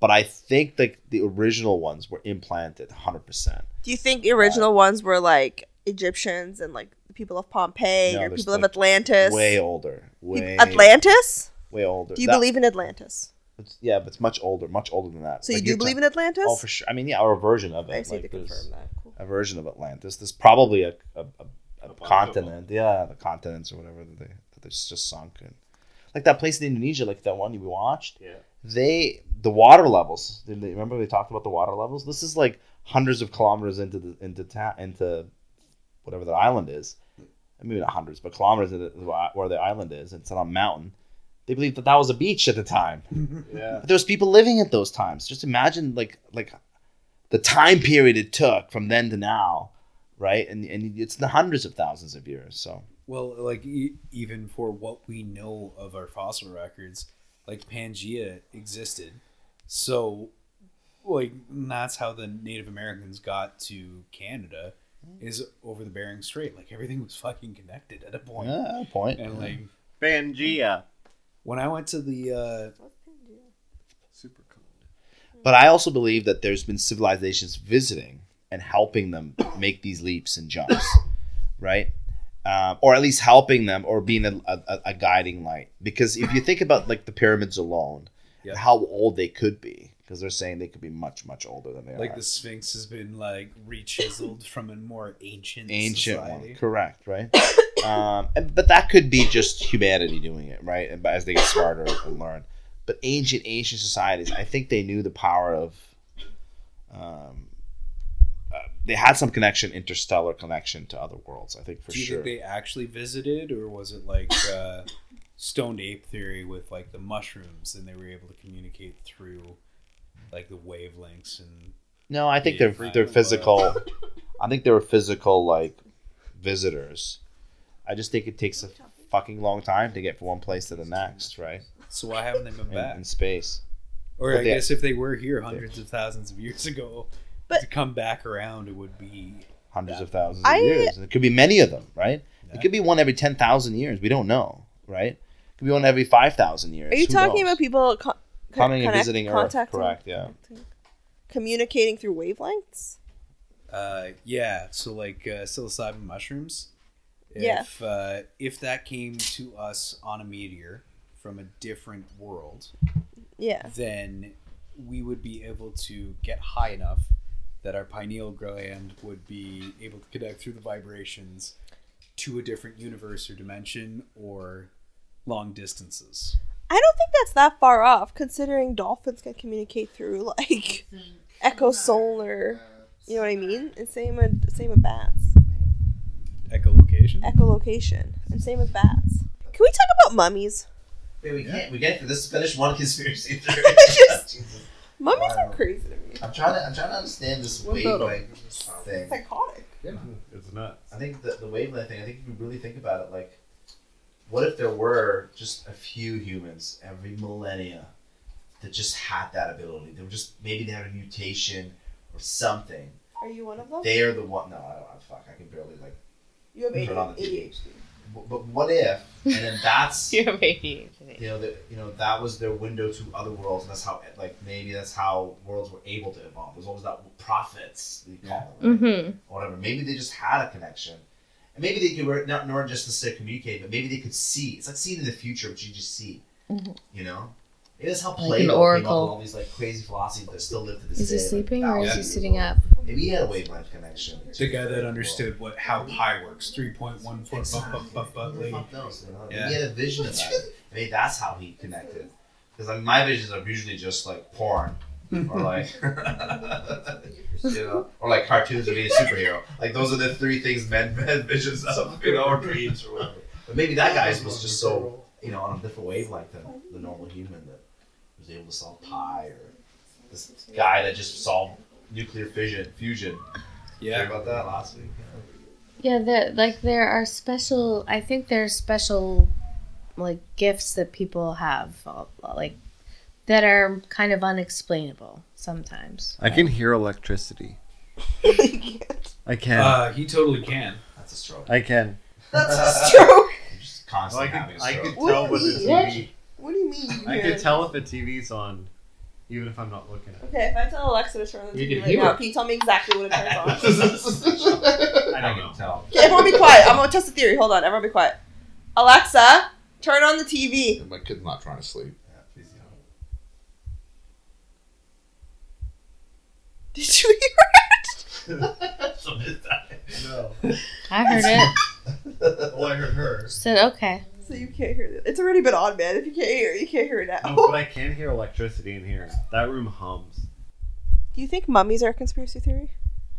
[SPEAKER 2] but i think like the original ones were implanted 100%
[SPEAKER 4] do you think the original ones were like Egyptians and like the people of Pompeii
[SPEAKER 2] No,
[SPEAKER 4] or
[SPEAKER 2] there's,
[SPEAKER 4] people of
[SPEAKER 2] like,
[SPEAKER 4] Atlantis?
[SPEAKER 2] way older
[SPEAKER 4] Peop-
[SPEAKER 2] way
[SPEAKER 4] Atlantis?
[SPEAKER 2] way older
[SPEAKER 4] Do you
[SPEAKER 2] That-
[SPEAKER 4] believe in Atlantis?
[SPEAKER 2] it's- yeah but it's much older much older than that
[SPEAKER 4] So
[SPEAKER 2] Like,
[SPEAKER 4] you do
[SPEAKER 2] you're
[SPEAKER 4] believe
[SPEAKER 2] ta-
[SPEAKER 4] in Atlantis?
[SPEAKER 2] oh for sure i mean yeah or a version of it
[SPEAKER 4] I just need
[SPEAKER 2] Like,
[SPEAKER 4] to
[SPEAKER 2] there's-
[SPEAKER 4] confirm that. Cool.
[SPEAKER 2] a version of Atlantis. There's probably a a, a, a
[SPEAKER 9] bunch of
[SPEAKER 2] continent, yeah, the continents or whatever that they that they just sunk in. Like that place in Indonesia, like that one we watched.
[SPEAKER 9] Yeah.
[SPEAKER 2] They the water levels. Did they, remember they talked about the water levels? This is like hundreds of kilometers into the into ta- into whatever the island is. Maybe not hundreds, but kilometers into the, where the island is. It's on a mountain. They believed that that was a beach at the time.
[SPEAKER 9] Yeah.
[SPEAKER 2] But there was people living at those times. Just imagine like like the time period it took from then to now, right? And and it's the hundreds of thousands of years. So
[SPEAKER 3] Well, like e- even for what we know of our fossil records, like Pangea existed, so like that's how the Native Americans got to Canada, is over the Bering Strait. Like everything was fucking connected at a point.
[SPEAKER 2] yeah, point.
[SPEAKER 3] And like
[SPEAKER 9] Pangea.
[SPEAKER 3] when I went to the uh,
[SPEAKER 9] Super cool.
[SPEAKER 2] But I also believe that there's been civilizations visiting and helping them make these leaps and jumps, right? Um, or at least helping them or being a, a, a guiding light. Because if you think about like the pyramids alone,
[SPEAKER 3] Yeah.
[SPEAKER 2] how old they could be, because they're saying they could be much much older than they are.
[SPEAKER 3] like the Sphinx has been like re-chiseled from a more ancient
[SPEAKER 2] ancient
[SPEAKER 3] society.
[SPEAKER 2] one, correct? Right. um, and, but that could be just humanity doing it, right? And as they get smarter and learn, but ancient ancient societies, I think they knew the power of. Um, uh, they had some connection, interstellar connection to other worlds. I think for
[SPEAKER 3] Do you
[SPEAKER 2] sure.
[SPEAKER 3] think they actually visited, or was it like uh, stoned ape theory with like the mushrooms, and they were able to communicate through like the wavelengths and
[SPEAKER 2] no, I think
[SPEAKER 3] Yeah,
[SPEAKER 2] they're
[SPEAKER 3] right.
[SPEAKER 2] they're physical. I think they were physical like visitors. I just think it takes a fucking long time to get from one place to the next, right?
[SPEAKER 3] so why haven't they been
[SPEAKER 2] In,
[SPEAKER 3] back?
[SPEAKER 2] in space.
[SPEAKER 3] Or
[SPEAKER 2] but
[SPEAKER 3] I
[SPEAKER 2] they-
[SPEAKER 3] guess if they were here hundreds of thousands of years ago,
[SPEAKER 4] But-
[SPEAKER 3] to come back around, it would be
[SPEAKER 2] hundreds
[SPEAKER 3] Yeah.
[SPEAKER 2] of thousands
[SPEAKER 4] I-
[SPEAKER 2] of years. And it could be many of them, right?
[SPEAKER 3] Yeah.
[SPEAKER 2] It could be one every 10,000 years. We don't know, right? It could be one every 5,000 years.
[SPEAKER 4] Are you
[SPEAKER 2] Who
[SPEAKER 4] talking
[SPEAKER 2] knows?
[SPEAKER 4] about people con- co-
[SPEAKER 2] coming and
[SPEAKER 4] connect-
[SPEAKER 2] visiting Earth?
[SPEAKER 4] contacting-
[SPEAKER 2] Correct, yeah.
[SPEAKER 4] Communicating through wavelengths.
[SPEAKER 3] Uh, yeah. So like uh, psilocybin mushrooms.
[SPEAKER 4] Yeah.
[SPEAKER 3] If uh, if that came to us on a meteor from a different world,
[SPEAKER 4] Yeah.
[SPEAKER 3] then we would be able to get high enough that our pineal gland would be able to connect through the vibrations to a different universe or dimension or long distances.
[SPEAKER 4] I don't think that's that far off, considering dolphins can communicate through like echo solar. You know what I mean? And same with same with bats.
[SPEAKER 3] Echolocation.
[SPEAKER 4] Echolocation. And same with bats. Can we talk about mummies?
[SPEAKER 2] Wait, we can't. We can't. Let's finish one conspiracy theory.
[SPEAKER 4] Just-
[SPEAKER 2] Jesus.
[SPEAKER 4] Mummies
[SPEAKER 2] Wow.
[SPEAKER 4] are crazy to me.
[SPEAKER 2] I'm trying to. I'm trying to understand this
[SPEAKER 5] What
[SPEAKER 2] wave
[SPEAKER 5] about 'em?
[SPEAKER 2] like thing.
[SPEAKER 4] Psychotic.
[SPEAKER 5] It's nuts.
[SPEAKER 2] I think the, the wavelength thing, I think if you really think about it, like, what if there were just a few humans every millennia that just had that ability? They were just, maybe they had a mutation or something.
[SPEAKER 4] Are you one of them?
[SPEAKER 2] They are the one, no, I don't have, fuck, I can barely, like,
[SPEAKER 4] You have
[SPEAKER 2] Turn on the TV.
[SPEAKER 4] ADHD.
[SPEAKER 2] but, but what if, and then that's,
[SPEAKER 4] You have ADHD.
[SPEAKER 2] you know, that you know, that was their window to other worlds, and that's how, like, maybe that's how worlds were able to evolve. There's always that prophets, they call them, right?
[SPEAKER 12] Mm-hmm.
[SPEAKER 2] or whatever. Maybe they just had a connection. And maybe they could were not nor just necessarily communicate, but maybe they could see. It's like seeing in the future, which you just see.
[SPEAKER 12] Mhm.
[SPEAKER 2] You know? Maybe that's how
[SPEAKER 12] an
[SPEAKER 2] Plato came up
[SPEAKER 12] oracle.
[SPEAKER 2] with all these like crazy philosophies that still live to this
[SPEAKER 12] Is
[SPEAKER 2] day.
[SPEAKER 12] he
[SPEAKER 2] like,
[SPEAKER 12] sleeping or is he
[SPEAKER 2] thousands of
[SPEAKER 12] sitting
[SPEAKER 2] years
[SPEAKER 12] up?
[SPEAKER 2] old. Maybe he had a wavelength connection.
[SPEAKER 3] The guy that understood what how pi works, three point one four.
[SPEAKER 2] Exactly. Who the fuck knows, you know?
[SPEAKER 3] Yeah.
[SPEAKER 2] Maybe he had a vision of that. Maybe that's how he connected. Because like my visions are usually just like porn. or like, you know, or like cartoons of being a superhero. Like those are the three things men have visions of, you know, or dreams or whatever. But maybe that guy was just so, you know, on a different wavelength than the normal human that was able to solve pi or this guy that just solved nuclear fission, fusion. Hear
[SPEAKER 3] Yeah,
[SPEAKER 2] about that last week.
[SPEAKER 12] Yeah, there like there are special. I think there are special, like gifts that people have, like that are kind of unexplainable sometimes.
[SPEAKER 11] I can hear electricity. I can.
[SPEAKER 3] uh, he totally can.
[SPEAKER 2] That's a stroke.
[SPEAKER 11] I can.
[SPEAKER 4] That's a stroke.
[SPEAKER 2] I'm just constantly
[SPEAKER 5] I
[SPEAKER 2] having a
[SPEAKER 5] could, I
[SPEAKER 2] stroke.
[SPEAKER 5] could
[SPEAKER 4] What
[SPEAKER 5] tell
[SPEAKER 4] do
[SPEAKER 5] when
[SPEAKER 4] you
[SPEAKER 5] the
[SPEAKER 4] mean?
[SPEAKER 5] TV.
[SPEAKER 4] What do you mean? You
[SPEAKER 5] I
[SPEAKER 4] hear
[SPEAKER 5] could tell if the TV's on, even if I'm not looking at
[SPEAKER 4] Okay, if I tell Alexa to turn on the
[SPEAKER 3] You
[SPEAKER 4] TV
[SPEAKER 3] can
[SPEAKER 4] right
[SPEAKER 3] hear
[SPEAKER 4] now,
[SPEAKER 3] it.
[SPEAKER 4] can you tell me exactly what it turns on? okay,
[SPEAKER 5] it. I
[SPEAKER 2] I
[SPEAKER 5] don't
[SPEAKER 2] can
[SPEAKER 5] know.
[SPEAKER 2] tell.
[SPEAKER 4] everyone be quiet. I'm gonna test the theory. Hold on, everyone be quiet. Alexa, turn on the TV.
[SPEAKER 7] My kid's not trying to sleep.
[SPEAKER 2] Yeah, please, you know.
[SPEAKER 4] Did you hear it?
[SPEAKER 2] So did I. No.
[SPEAKER 12] I heard it.
[SPEAKER 2] well, I heard her.
[SPEAKER 12] Said okay.
[SPEAKER 4] So you can't hear it. It's already been on, man. If you can't hear it, you can't hear it now.
[SPEAKER 5] No,
[SPEAKER 3] Oh,
[SPEAKER 5] but I can hear electricity in here. That room hums.
[SPEAKER 4] Do you think mummies are a conspiracy theory?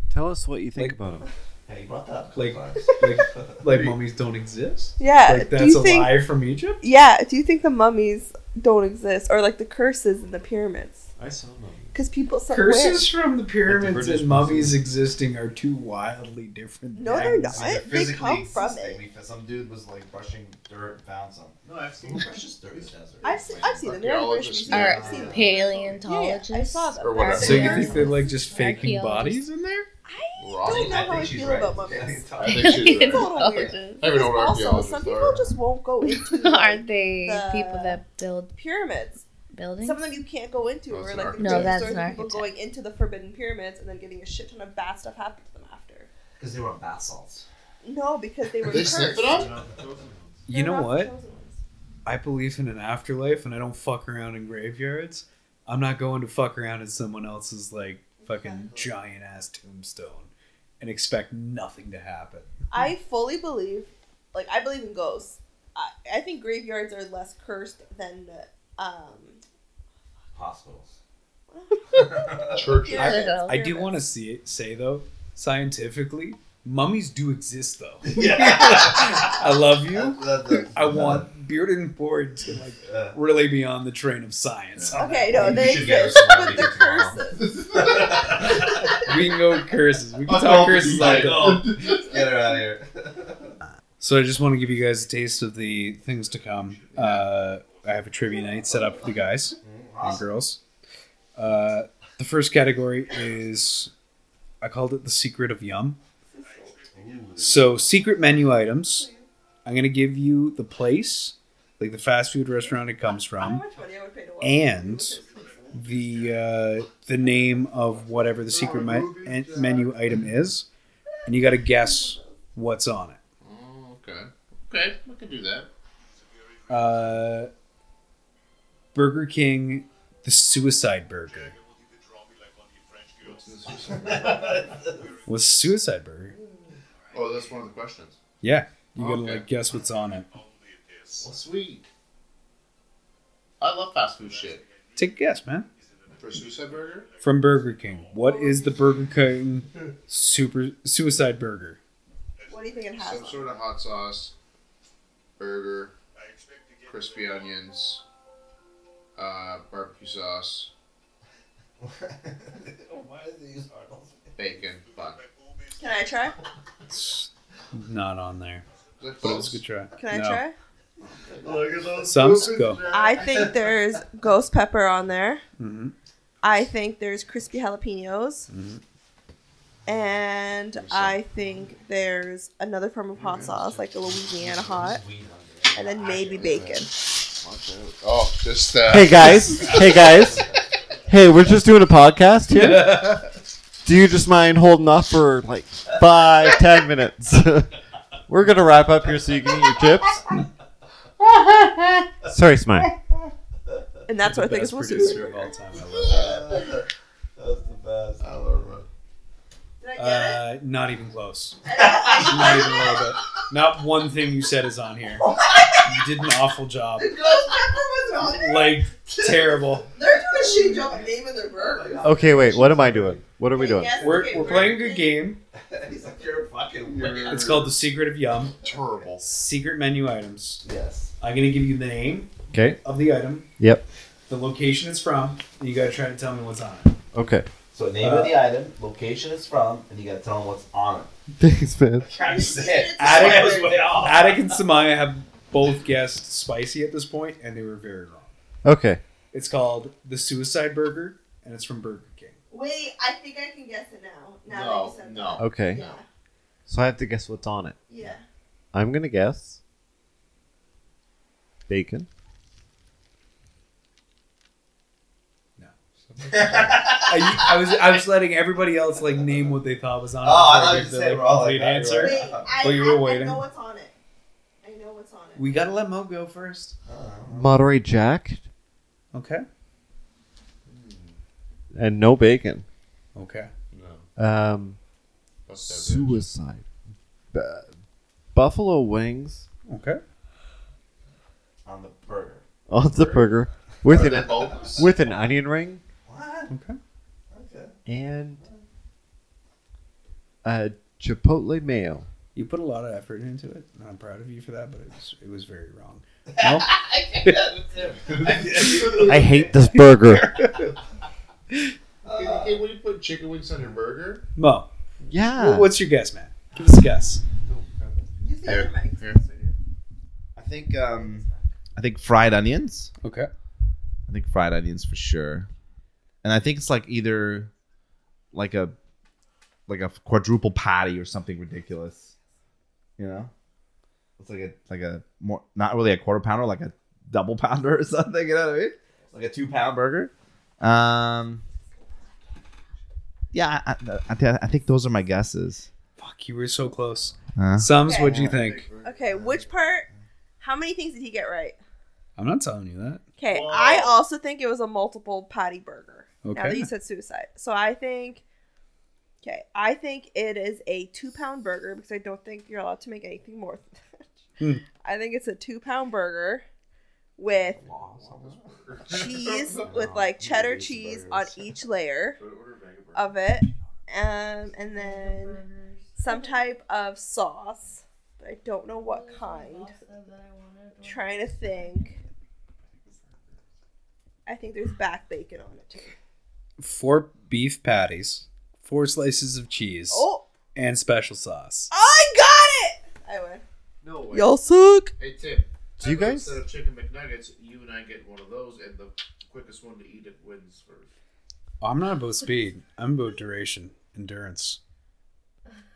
[SPEAKER 11] Tell us what you think
[SPEAKER 3] Like-
[SPEAKER 11] about him.
[SPEAKER 2] Yeah, you brought that up.
[SPEAKER 3] Like-
[SPEAKER 2] Sometimes.
[SPEAKER 3] Like like mummies don't exist.
[SPEAKER 4] Yeah.
[SPEAKER 3] Like
[SPEAKER 4] Uh, do
[SPEAKER 3] that's
[SPEAKER 4] you
[SPEAKER 3] a
[SPEAKER 4] think?
[SPEAKER 3] lie from Egypt.
[SPEAKER 4] Yeah. Do you think the mummies don't exist, or like the curses in the pyramids?
[SPEAKER 5] I saw them.
[SPEAKER 4] Because people said
[SPEAKER 3] Curses from the pyramids
[SPEAKER 5] British
[SPEAKER 3] and mummies existing are two wildly different.
[SPEAKER 4] No, they're
[SPEAKER 3] things.
[SPEAKER 4] not.
[SPEAKER 2] See, they're
[SPEAKER 4] They
[SPEAKER 2] physically
[SPEAKER 4] come from
[SPEAKER 2] existing.
[SPEAKER 4] it.
[SPEAKER 2] We found- Some dude was like brushing dirt and found some.
[SPEAKER 5] No, I've
[SPEAKER 2] Who brushes dirt in the desert?
[SPEAKER 4] I've seen, I've seen them. They're in the British
[SPEAKER 7] Archaeologists,
[SPEAKER 4] Museum.
[SPEAKER 12] Are
[SPEAKER 4] I've seen them. Yeah, yeah,
[SPEAKER 12] paleontologists?
[SPEAKER 4] I saw them.
[SPEAKER 7] Or whatever.
[SPEAKER 3] So you
[SPEAKER 12] Curses.
[SPEAKER 3] think they're like just faking bodies
[SPEAKER 12] Archaeologists.
[SPEAKER 3] in there?
[SPEAKER 4] I
[SPEAKER 7] Ross?
[SPEAKER 4] don't know how I feel about mummies.
[SPEAKER 7] I think she's
[SPEAKER 4] It's a
[SPEAKER 7] right.
[SPEAKER 4] little weird.
[SPEAKER 7] I don't even know what
[SPEAKER 4] Also,
[SPEAKER 7] archaeologists
[SPEAKER 4] some
[SPEAKER 7] are.
[SPEAKER 4] people just won't go into
[SPEAKER 12] Are
[SPEAKER 4] like,
[SPEAKER 12] they
[SPEAKER 4] The-
[SPEAKER 12] people that build
[SPEAKER 4] pyramids.
[SPEAKER 12] buildings?
[SPEAKER 4] Some of them you can't go into,
[SPEAKER 7] No,
[SPEAKER 4] or
[SPEAKER 7] Oh, it's
[SPEAKER 4] like the
[SPEAKER 7] an
[SPEAKER 12] No,
[SPEAKER 4] famous
[SPEAKER 12] that's
[SPEAKER 4] stories
[SPEAKER 12] an
[SPEAKER 4] of people
[SPEAKER 12] architect.
[SPEAKER 4] going into the forbidden pyramids and then getting a shit ton of bad stuff happen to them after.
[SPEAKER 2] Because they were on bath salts.
[SPEAKER 4] No, because they were
[SPEAKER 7] They
[SPEAKER 4] cursed.
[SPEAKER 7] sniff it up?
[SPEAKER 3] You know
[SPEAKER 4] They're not
[SPEAKER 3] what?
[SPEAKER 4] chosen ones.
[SPEAKER 3] I believe in an afterlife and I don't fuck around in graveyards. I'm not going to fuck around in someone else's like fucking giant ass tombstone and expect nothing to happen.
[SPEAKER 4] I fully believe, like I believe in ghosts. I, I think graveyards are less cursed than um.
[SPEAKER 2] Hospitals.
[SPEAKER 7] Churches.
[SPEAKER 4] Yeah.
[SPEAKER 3] I do
[SPEAKER 4] Pyramids.
[SPEAKER 3] want to see it say though, scientifically, mummies do exist though.
[SPEAKER 2] yeah.
[SPEAKER 3] I love you.
[SPEAKER 2] That- that-
[SPEAKER 3] I want Bearded and Board to like
[SPEAKER 2] Uh,
[SPEAKER 3] really be on the train of science. on
[SPEAKER 4] Okay,
[SPEAKER 3] that
[SPEAKER 4] no,
[SPEAKER 3] one.
[SPEAKER 4] they
[SPEAKER 2] should get
[SPEAKER 4] exist,
[SPEAKER 2] her some
[SPEAKER 4] but they're
[SPEAKER 2] tomorrow.
[SPEAKER 4] curses.
[SPEAKER 3] we can go curses. We can
[SPEAKER 2] Oh,
[SPEAKER 3] talk
[SPEAKER 2] no,
[SPEAKER 3] curses
[SPEAKER 2] he's
[SPEAKER 3] like
[SPEAKER 2] like,
[SPEAKER 3] that.
[SPEAKER 2] oh, Get her out of here.
[SPEAKER 3] So I just want to give you guys a taste of the things to come. Uh, I have a trivia night set up for the guys
[SPEAKER 2] Mm,
[SPEAKER 3] and
[SPEAKER 2] awesome.
[SPEAKER 3] girls. Uh, the first category is I called it the secret of yum.
[SPEAKER 2] Ooh.
[SPEAKER 3] So secret menu items. I'm gonna give you the place, like the fast food restaurant it comes
[SPEAKER 4] I don't
[SPEAKER 3] from,
[SPEAKER 4] know how much money I would pay to watch.
[SPEAKER 3] and the uh, the name of whatever the secret me- en- menu item is, and you got to guess what's on it.
[SPEAKER 7] Oh, okay. Okay, we can do that.
[SPEAKER 3] uh, Burger King, the Suicide Burger. What's Suicide Burger?
[SPEAKER 7] Oh, that's one of the questions.
[SPEAKER 3] Yeah, you gotta
[SPEAKER 7] Okay.
[SPEAKER 3] like guess what's on it.
[SPEAKER 7] Well, sweet. I love fast food shit.
[SPEAKER 3] Take a guess, man.
[SPEAKER 7] For Suicide Burger?
[SPEAKER 3] From Burger King, what is the Burger King super Suicide Burger?
[SPEAKER 4] What do you think it has?
[SPEAKER 7] Some
[SPEAKER 4] on?
[SPEAKER 7] sort of hot sauce, burger, crispy onions, uh, barbecue sauce,
[SPEAKER 2] Why are these Arnold's?
[SPEAKER 7] bacon, bun.
[SPEAKER 4] Can I try?
[SPEAKER 3] It's not on there. But it was a good try.
[SPEAKER 4] Can I
[SPEAKER 3] No.
[SPEAKER 4] try?
[SPEAKER 2] Look at those.
[SPEAKER 3] Some go.
[SPEAKER 4] I think there's ghost pepper on there.
[SPEAKER 3] Mm-hmm.
[SPEAKER 4] I think there's crispy jalapenos.
[SPEAKER 3] Mm-hmm.
[SPEAKER 4] And I think there's another form of hot sauce, like the Louisiana hot. And then maybe bacon.
[SPEAKER 7] Oh, just uh,
[SPEAKER 5] Hey guys, hey guys, hey, we're just doing a podcast here. Do you just mind holding off for like five, ten minutes? we're gonna wrap up here so you can eat your chips. Sorry, Smile.
[SPEAKER 4] And that's what I think is supposed to be.
[SPEAKER 3] of all time. I
[SPEAKER 2] That's the best. I love it.
[SPEAKER 3] Uh, not even close. not even a little bit. Not one thing you said is on here. You did an awful job.
[SPEAKER 9] Ghost pepper was on there?
[SPEAKER 3] Like terrible.
[SPEAKER 9] They're doing a shitty job of naming their burger.
[SPEAKER 5] Okay, wait. What am I doing? What are we doing?
[SPEAKER 3] We're, we're playing a good game.
[SPEAKER 2] He's like, you're fucking weird.
[SPEAKER 3] It's called Oh, the Secret of Yum.
[SPEAKER 2] terrible.
[SPEAKER 3] Secret menu items.
[SPEAKER 2] Yes.
[SPEAKER 3] I'm gonna give you the name
[SPEAKER 5] Okay.
[SPEAKER 3] of the item,
[SPEAKER 5] Yep.
[SPEAKER 3] the location it's from, and you gotta try to tell me what's on it.
[SPEAKER 5] Okay.
[SPEAKER 2] So name of the item, location it's from, and you gotta tell them what's on it.
[SPEAKER 5] Thanks, man.
[SPEAKER 2] That's it.
[SPEAKER 3] Attic, Attic and Samaya have both guessed spicy at this point, and they were very wrong.
[SPEAKER 5] Okay.
[SPEAKER 3] It's called the Suicide Burger, and it's from Burger King.
[SPEAKER 4] Wait, I think I can guess it now. Now that you
[SPEAKER 2] No,
[SPEAKER 4] said
[SPEAKER 2] no.
[SPEAKER 5] Okay. So I have to guess what's on it.
[SPEAKER 4] Yeah.
[SPEAKER 5] I'm gonna guess bacon.
[SPEAKER 3] I, I was I was letting everybody else like name what they thought was on it.
[SPEAKER 2] Oh, I
[SPEAKER 3] before
[SPEAKER 2] thought
[SPEAKER 3] I
[SPEAKER 2] you
[SPEAKER 3] gave
[SPEAKER 2] said
[SPEAKER 3] the,
[SPEAKER 2] we're all like
[SPEAKER 3] complete
[SPEAKER 2] that,
[SPEAKER 3] answer.
[SPEAKER 2] right?
[SPEAKER 4] that. I,
[SPEAKER 3] Well, Oh, you were
[SPEAKER 4] I-
[SPEAKER 3] waiting.
[SPEAKER 4] I know what's on it. I know what's on it.
[SPEAKER 3] We gotta let Mo go first.
[SPEAKER 5] Monterey Jack
[SPEAKER 3] Okay.
[SPEAKER 5] and no bacon.
[SPEAKER 3] Okay.
[SPEAKER 5] Um,
[SPEAKER 3] What's that, bitch?
[SPEAKER 5] suicide. Bu- buffalo wings
[SPEAKER 3] Okay.
[SPEAKER 2] On the burger.
[SPEAKER 5] on the burger with
[SPEAKER 2] Are they
[SPEAKER 5] an
[SPEAKER 2] bulbous?
[SPEAKER 5] with an onion ring
[SPEAKER 2] What?
[SPEAKER 3] Okay.
[SPEAKER 2] Okay.
[SPEAKER 5] and a chipotle mayo.
[SPEAKER 3] You put a lot of effort into it, and I'm proud of you for that. But it was it was very wrong. No?
[SPEAKER 2] I can't do it.
[SPEAKER 5] I hate this burger.
[SPEAKER 7] Okay, when you put chicken wings on your burger,
[SPEAKER 3] Mo.
[SPEAKER 5] Yeah.
[SPEAKER 3] wh- What's your guess, man? Give us a guess.
[SPEAKER 2] I think um, I think fried onions.
[SPEAKER 3] Okay.
[SPEAKER 2] I think fried onions for sure, and I think it's like either like a like a quadruple patty or something ridiculous. You know, it's like a like a more not really a quarter pounder, like a double pounder or something. You know what I mean? Like a two pound burger. Um. Yeah, I, I, I, thi- I think those are my guesses.
[SPEAKER 3] Fuck, you were so close.
[SPEAKER 2] Huh?
[SPEAKER 3] Sums, what'd you think?
[SPEAKER 4] Okay, which part? How many things did he get right?
[SPEAKER 3] I'm not telling you that.
[SPEAKER 4] Okay, I also think it was a multiple patty burger. Now that
[SPEAKER 3] Okay.
[SPEAKER 4] you said suicide, so I think. Okay, I think it is a two-pound burger because I don't think you're allowed to make anything more than that. I think it's a two-pound burger with cheese with like cheddar Oh, cheese on each layer of it, um, and then some type of sauce. But I don't know what kind. Trying to think. I think there's back bacon on it too.
[SPEAKER 3] Four beef patties, four slices of cheese,
[SPEAKER 4] Oh.
[SPEAKER 3] and special sauce.
[SPEAKER 4] I got it. I win.
[SPEAKER 13] No way.
[SPEAKER 4] Y'all suck.
[SPEAKER 13] Hey Tim.
[SPEAKER 5] Do you
[SPEAKER 13] how about
[SPEAKER 5] guys-
[SPEAKER 13] instead of chicken McNuggets, you and I get one of those, and the quickest one to eat it wins first.
[SPEAKER 3] I'm not about speed. I'm about duration, endurance.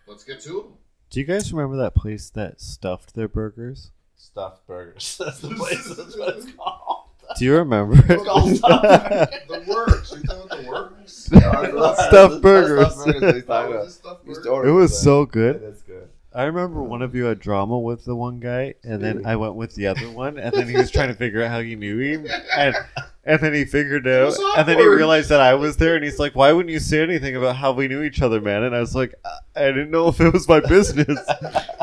[SPEAKER 7] let's get to them.
[SPEAKER 5] Do you guys remember that place that stuffed their burgers?
[SPEAKER 2] Stuffed burgers. That's the place. That's what it's called.
[SPEAKER 5] Do you remember it?
[SPEAKER 2] It's called stuffed burgers.
[SPEAKER 7] The works. Are you talking about the works?
[SPEAKER 5] Stuffed burgers. It was so good.
[SPEAKER 2] That's good.
[SPEAKER 5] I remember one of you had drama with the one guy, and then I went with the other one, and then he was trying to figure out how you knew him, and and then he figured out,
[SPEAKER 2] was
[SPEAKER 5] and then he
[SPEAKER 2] awkward.
[SPEAKER 5] realized that I was there, and he's like, "Why wouldn't you say anything about how we knew each other, man?" And I was like, "I, I didn't know if it was my business."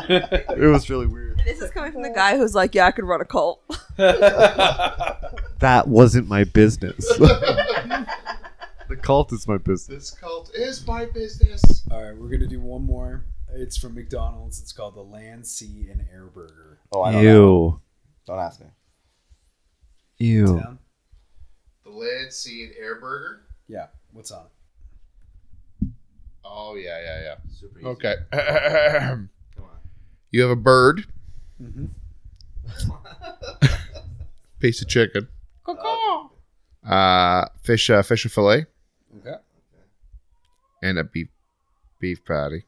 [SPEAKER 5] it was really weird.
[SPEAKER 4] This is coming from the guy who's like, yeah, I could run a cult.
[SPEAKER 5] That wasn't my business. the cult is my business.
[SPEAKER 7] This cult is my business.
[SPEAKER 3] All right, we're gonna do one more. It's from
[SPEAKER 7] Oh.
[SPEAKER 3] McDonald's. It's called the Land, Sea, and Air Burger.
[SPEAKER 2] Oh, I don't know.
[SPEAKER 5] Ew.
[SPEAKER 2] Don't ask me.
[SPEAKER 5] Ew.
[SPEAKER 14] The Land, Sea, and Air Burger.
[SPEAKER 3] Yeah. What's on?
[SPEAKER 14] Oh yeah, yeah, yeah.
[SPEAKER 2] Super
[SPEAKER 7] easy. Okay. Come on. You have a bird,
[SPEAKER 3] Mm-hmm.
[SPEAKER 7] piece of chicken, uh, fish, uh, fish fillet,
[SPEAKER 3] Okay.
[SPEAKER 7] and a beef beef patty.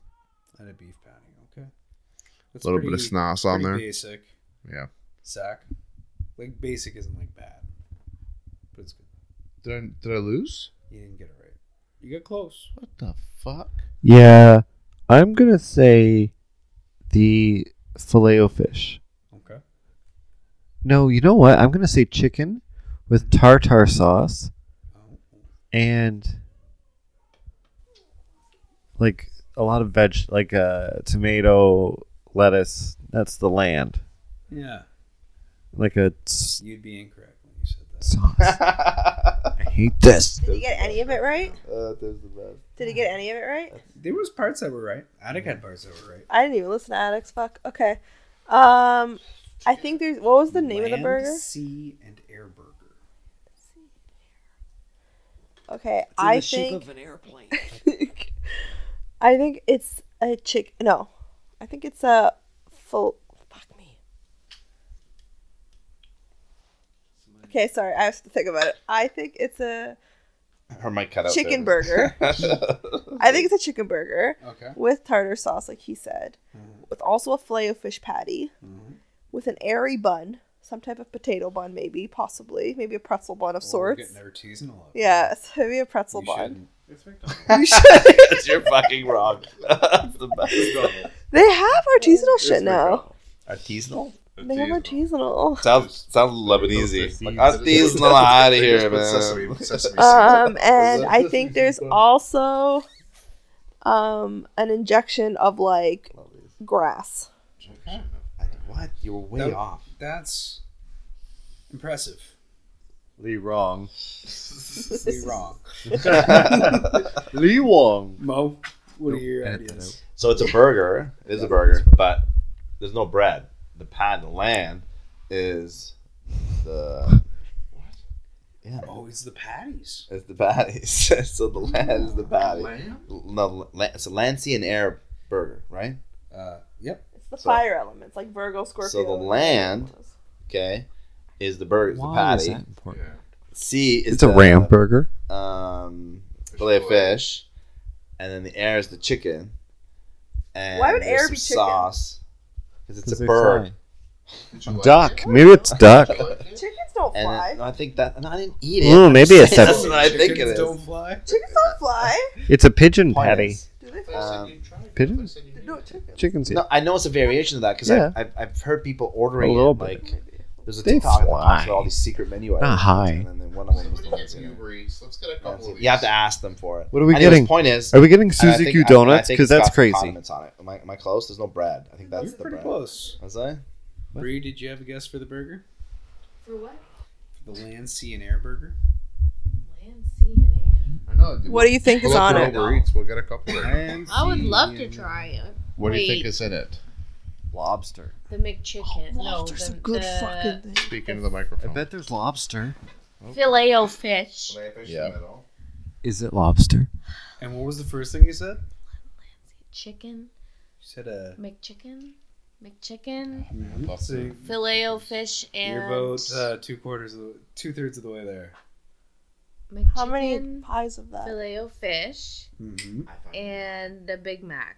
[SPEAKER 3] And a beef patty. Okay.
[SPEAKER 7] A little bit of snaz on
[SPEAKER 3] pretty
[SPEAKER 7] there.
[SPEAKER 3] Basic.
[SPEAKER 7] Yeah.
[SPEAKER 3] Sack. Like basic isn't like bad, but it's good.
[SPEAKER 7] Did I did I lose?
[SPEAKER 3] You didn't get it right. You got close.
[SPEAKER 7] What the fuck?
[SPEAKER 5] Yeah, I'm gonna say the filet o fish.
[SPEAKER 3] Okay.
[SPEAKER 5] No, you know what? I'm gonna say chicken with tartar sauce and like a lot of veg, like uh, tomato, lettuce. That's the land.
[SPEAKER 3] Yeah.
[SPEAKER 5] Like a. s-
[SPEAKER 3] You'd be incorrect when you said
[SPEAKER 5] Sauce. I hate this.
[SPEAKER 4] Did he get any of it right?
[SPEAKER 7] Uh, there's the best.
[SPEAKER 4] Did he get any of it right?
[SPEAKER 3] that. There was parts that were right. Attic had parts that were right.
[SPEAKER 4] I didn't even listen to Addicts. Fuck. Okay. Um, I think there's. What was the name of the
[SPEAKER 3] Land,
[SPEAKER 4] burger?
[SPEAKER 3] Sea and air burger.
[SPEAKER 4] Okay,
[SPEAKER 15] in
[SPEAKER 4] I
[SPEAKER 15] the shape
[SPEAKER 4] think.
[SPEAKER 15] of an airplane.
[SPEAKER 4] I think it's a chick. No, I think it's a full. Fuck me. Okay, sorry. I have to think about it. I think it's a
[SPEAKER 2] Her mic cut out.
[SPEAKER 4] chicken
[SPEAKER 2] there.
[SPEAKER 4] burger. I think it's a chicken burger.
[SPEAKER 2] Okay.
[SPEAKER 4] With tartar sauce, like he said,
[SPEAKER 15] Mm-hmm.
[SPEAKER 4] with also a filet of fish patty, with an airy bun, some type of potato bun, maybe, possibly, maybe a pretzel bun of
[SPEAKER 3] We're
[SPEAKER 4] sorts.
[SPEAKER 3] getting there teasing a lot.
[SPEAKER 4] Yeah, so maybe a pretzel
[SPEAKER 3] You
[SPEAKER 4] bun.
[SPEAKER 3] shouldn't.
[SPEAKER 4] You should.
[SPEAKER 2] That's your fucking wrong. That's the best.
[SPEAKER 4] They have artisanal shit now.
[SPEAKER 2] Artisanal?
[SPEAKER 4] They have artisanal.
[SPEAKER 2] Sounds sounds Lebanese. Like artisanal out of here, man.
[SPEAKER 14] Sesame- sesame
[SPEAKER 4] Um, and I think there's also um an injection of like grass.
[SPEAKER 16] What? You were way
[SPEAKER 3] That-
[SPEAKER 16] off.
[SPEAKER 3] That's impressive.
[SPEAKER 5] Lee wrong.
[SPEAKER 3] Lee wrong.
[SPEAKER 5] Lee Wong.
[SPEAKER 3] Mo, what are your ideas?
[SPEAKER 2] So it's a burger. It is a burger, but there's no bread. The pad, the land, is the
[SPEAKER 16] Yeah.
[SPEAKER 3] Oh, it's the patties.
[SPEAKER 2] is the patties. so the land is the patty. No, la- it's a Lancy and air burger, right?
[SPEAKER 3] Uh, yep.
[SPEAKER 4] It's the
[SPEAKER 2] So-
[SPEAKER 4] fire elements, like Virgo, Scorpio.
[SPEAKER 2] So the land, okay, is the burger, is the
[SPEAKER 5] Why
[SPEAKER 2] patty.
[SPEAKER 5] is that important?
[SPEAKER 2] C is
[SPEAKER 5] It's a
[SPEAKER 2] the,
[SPEAKER 5] ram burger.
[SPEAKER 2] Um, fillet of fish, and then the air is the chicken. And
[SPEAKER 4] Why would
[SPEAKER 2] there's
[SPEAKER 4] air
[SPEAKER 2] some
[SPEAKER 4] be chicken?
[SPEAKER 2] Sauce, because it's
[SPEAKER 5] 'Cause
[SPEAKER 2] a
[SPEAKER 5] they
[SPEAKER 2] bird.
[SPEAKER 5] Duck. Maybe it's duck.
[SPEAKER 4] Chickens don't
[SPEAKER 2] And
[SPEAKER 4] fly.
[SPEAKER 2] then- no, I think that. No, I didn't eat it.
[SPEAKER 5] Ooh,
[SPEAKER 2] I'm
[SPEAKER 5] Mm, maybe
[SPEAKER 2] just
[SPEAKER 5] it's
[SPEAKER 2] saying
[SPEAKER 5] a-
[SPEAKER 2] That's what I think it
[SPEAKER 3] Chickens
[SPEAKER 2] is.
[SPEAKER 3] don't fly.
[SPEAKER 4] Chickens don't fly.
[SPEAKER 5] It's a pigeon
[SPEAKER 2] Point
[SPEAKER 5] patty.
[SPEAKER 2] is,
[SPEAKER 14] Um,
[SPEAKER 5] Pigeon?
[SPEAKER 4] Uh, No chickens.
[SPEAKER 5] Chickens. Yeah.
[SPEAKER 2] no, I know it's a variation of that because
[SPEAKER 5] Yeah.
[SPEAKER 2] I've, I've heard people ordering
[SPEAKER 5] A little
[SPEAKER 2] it.
[SPEAKER 5] bit.
[SPEAKER 2] Like there's a
[SPEAKER 5] They
[SPEAKER 2] TikTok that talks
[SPEAKER 5] fly.
[SPEAKER 2] about all these secret menu
[SPEAKER 5] Not
[SPEAKER 2] items.
[SPEAKER 5] high.
[SPEAKER 2] And then one of them was the ones in it.
[SPEAKER 14] Uber Eats. Let's get a couple of
[SPEAKER 2] You have to ask them for it.
[SPEAKER 5] What are we
[SPEAKER 2] Anyways,
[SPEAKER 5] getting?
[SPEAKER 2] Point is,
[SPEAKER 5] Are we getting
[SPEAKER 2] and I
[SPEAKER 5] Suzy
[SPEAKER 2] think-
[SPEAKER 5] Q
[SPEAKER 2] I- and I
[SPEAKER 5] donuts?
[SPEAKER 2] think
[SPEAKER 5] 'Cause
[SPEAKER 2] it's
[SPEAKER 5] that's
[SPEAKER 2] got some
[SPEAKER 5] crazy.
[SPEAKER 2] condiments on it. Am, I, am I close? There's no bread. I think that's
[SPEAKER 3] You're
[SPEAKER 2] the
[SPEAKER 3] pretty
[SPEAKER 2] bread.
[SPEAKER 3] close.
[SPEAKER 2] Was I?
[SPEAKER 3] Bree, did you have a guess for the burger?
[SPEAKER 15] For what?
[SPEAKER 3] The land, sea, and air burger.
[SPEAKER 15] Land, sea, and air.
[SPEAKER 14] I know, dude.
[SPEAKER 4] What do you think
[SPEAKER 14] Pull
[SPEAKER 4] is
[SPEAKER 14] up
[SPEAKER 4] on
[SPEAKER 14] your
[SPEAKER 4] it?
[SPEAKER 14] Uber Eats. We'll get a couple. Of
[SPEAKER 15] I would love to try it.
[SPEAKER 7] What do you
[SPEAKER 15] Wait.
[SPEAKER 7] think is in it?
[SPEAKER 5] Lobster.
[SPEAKER 15] The McChicken. no,
[SPEAKER 4] There's
[SPEAKER 15] the,
[SPEAKER 4] some Oh, good
[SPEAKER 15] the
[SPEAKER 4] fucking thing.
[SPEAKER 7] Speak into the microphone.
[SPEAKER 5] bet there's lobster.
[SPEAKER 12] Filet o fish.
[SPEAKER 7] Yeah.
[SPEAKER 5] Is it lobster?
[SPEAKER 3] And what was the first thing you said? You
[SPEAKER 12] Chicken.
[SPEAKER 3] said uh, a.
[SPEAKER 12] McChicken. McChicken.
[SPEAKER 3] Mm-hmm. See,
[SPEAKER 12] Filet o fish and.
[SPEAKER 3] you're about uh, two quarters of the, two thirds of the way there.
[SPEAKER 12] McChicken,
[SPEAKER 4] How many pies of that?
[SPEAKER 12] Filet o fish
[SPEAKER 3] Mm-hmm.
[SPEAKER 12] and the Big Mac.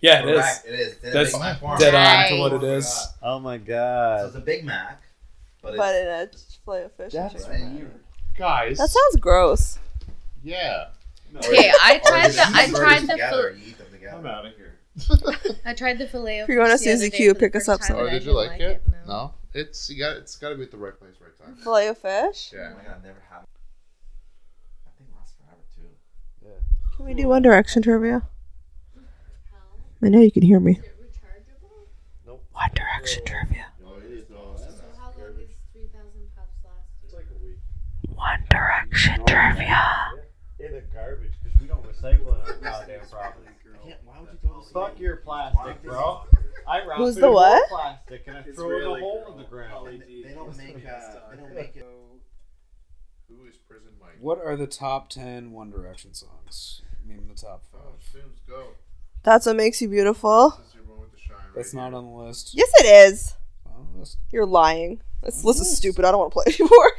[SPEAKER 3] Yeah, it is.
[SPEAKER 2] Correct, It is. It's a
[SPEAKER 3] That's
[SPEAKER 2] Big Mac.
[SPEAKER 3] dead on to
[SPEAKER 12] Nice.
[SPEAKER 3] what it is.
[SPEAKER 5] Oh my
[SPEAKER 2] So
[SPEAKER 5] god.
[SPEAKER 2] it's a Big Mac, but,
[SPEAKER 4] But
[SPEAKER 2] it's
[SPEAKER 4] in a filet of fish. and
[SPEAKER 2] that's
[SPEAKER 4] chicken.
[SPEAKER 2] weird.
[SPEAKER 7] Guys.
[SPEAKER 4] That sounds gross.
[SPEAKER 7] yeah.
[SPEAKER 12] Okay, I
[SPEAKER 2] Or
[SPEAKER 12] tried
[SPEAKER 2] you
[SPEAKER 12] the
[SPEAKER 2] just
[SPEAKER 12] I
[SPEAKER 2] eat
[SPEAKER 12] tried
[SPEAKER 2] burgers
[SPEAKER 12] the
[SPEAKER 2] together,
[SPEAKER 12] fil-
[SPEAKER 2] you eat them together.
[SPEAKER 7] I'm out of here.
[SPEAKER 12] I tried the filet.
[SPEAKER 4] If you're going to Suzy Q, pick us up some.
[SPEAKER 14] Oh, did you like it? No, it's you got. It's got to be at the right place, right time.
[SPEAKER 4] Filet of fish?
[SPEAKER 2] Oh
[SPEAKER 14] Yeah.
[SPEAKER 2] my God, I never had. That thing lasts forever too.
[SPEAKER 4] Can we do One Direction trivia? I know you can hear me. One Direction trivia.
[SPEAKER 12] How long does three thousand puffs last?
[SPEAKER 4] One Direction trivia.
[SPEAKER 9] In the garbage because we don't recycle it on goddamn property. Fuck your plastic, bro. I wrap
[SPEAKER 4] Who's
[SPEAKER 9] it
[SPEAKER 4] the
[SPEAKER 9] in
[SPEAKER 4] what?
[SPEAKER 9] Plastic and I throw it in a hole in the ground.
[SPEAKER 2] They don't make. Uh, they don't make it.
[SPEAKER 3] So
[SPEAKER 7] Who is Prison Mike?
[SPEAKER 3] What are the top ten One Direction songs? Name the top five.
[SPEAKER 7] Let's Oh, go.
[SPEAKER 4] That's what makes you beautiful.
[SPEAKER 3] That's not on the list.
[SPEAKER 4] Yes, it is. You're lying. This list is stupid. I don't want to play it anymore.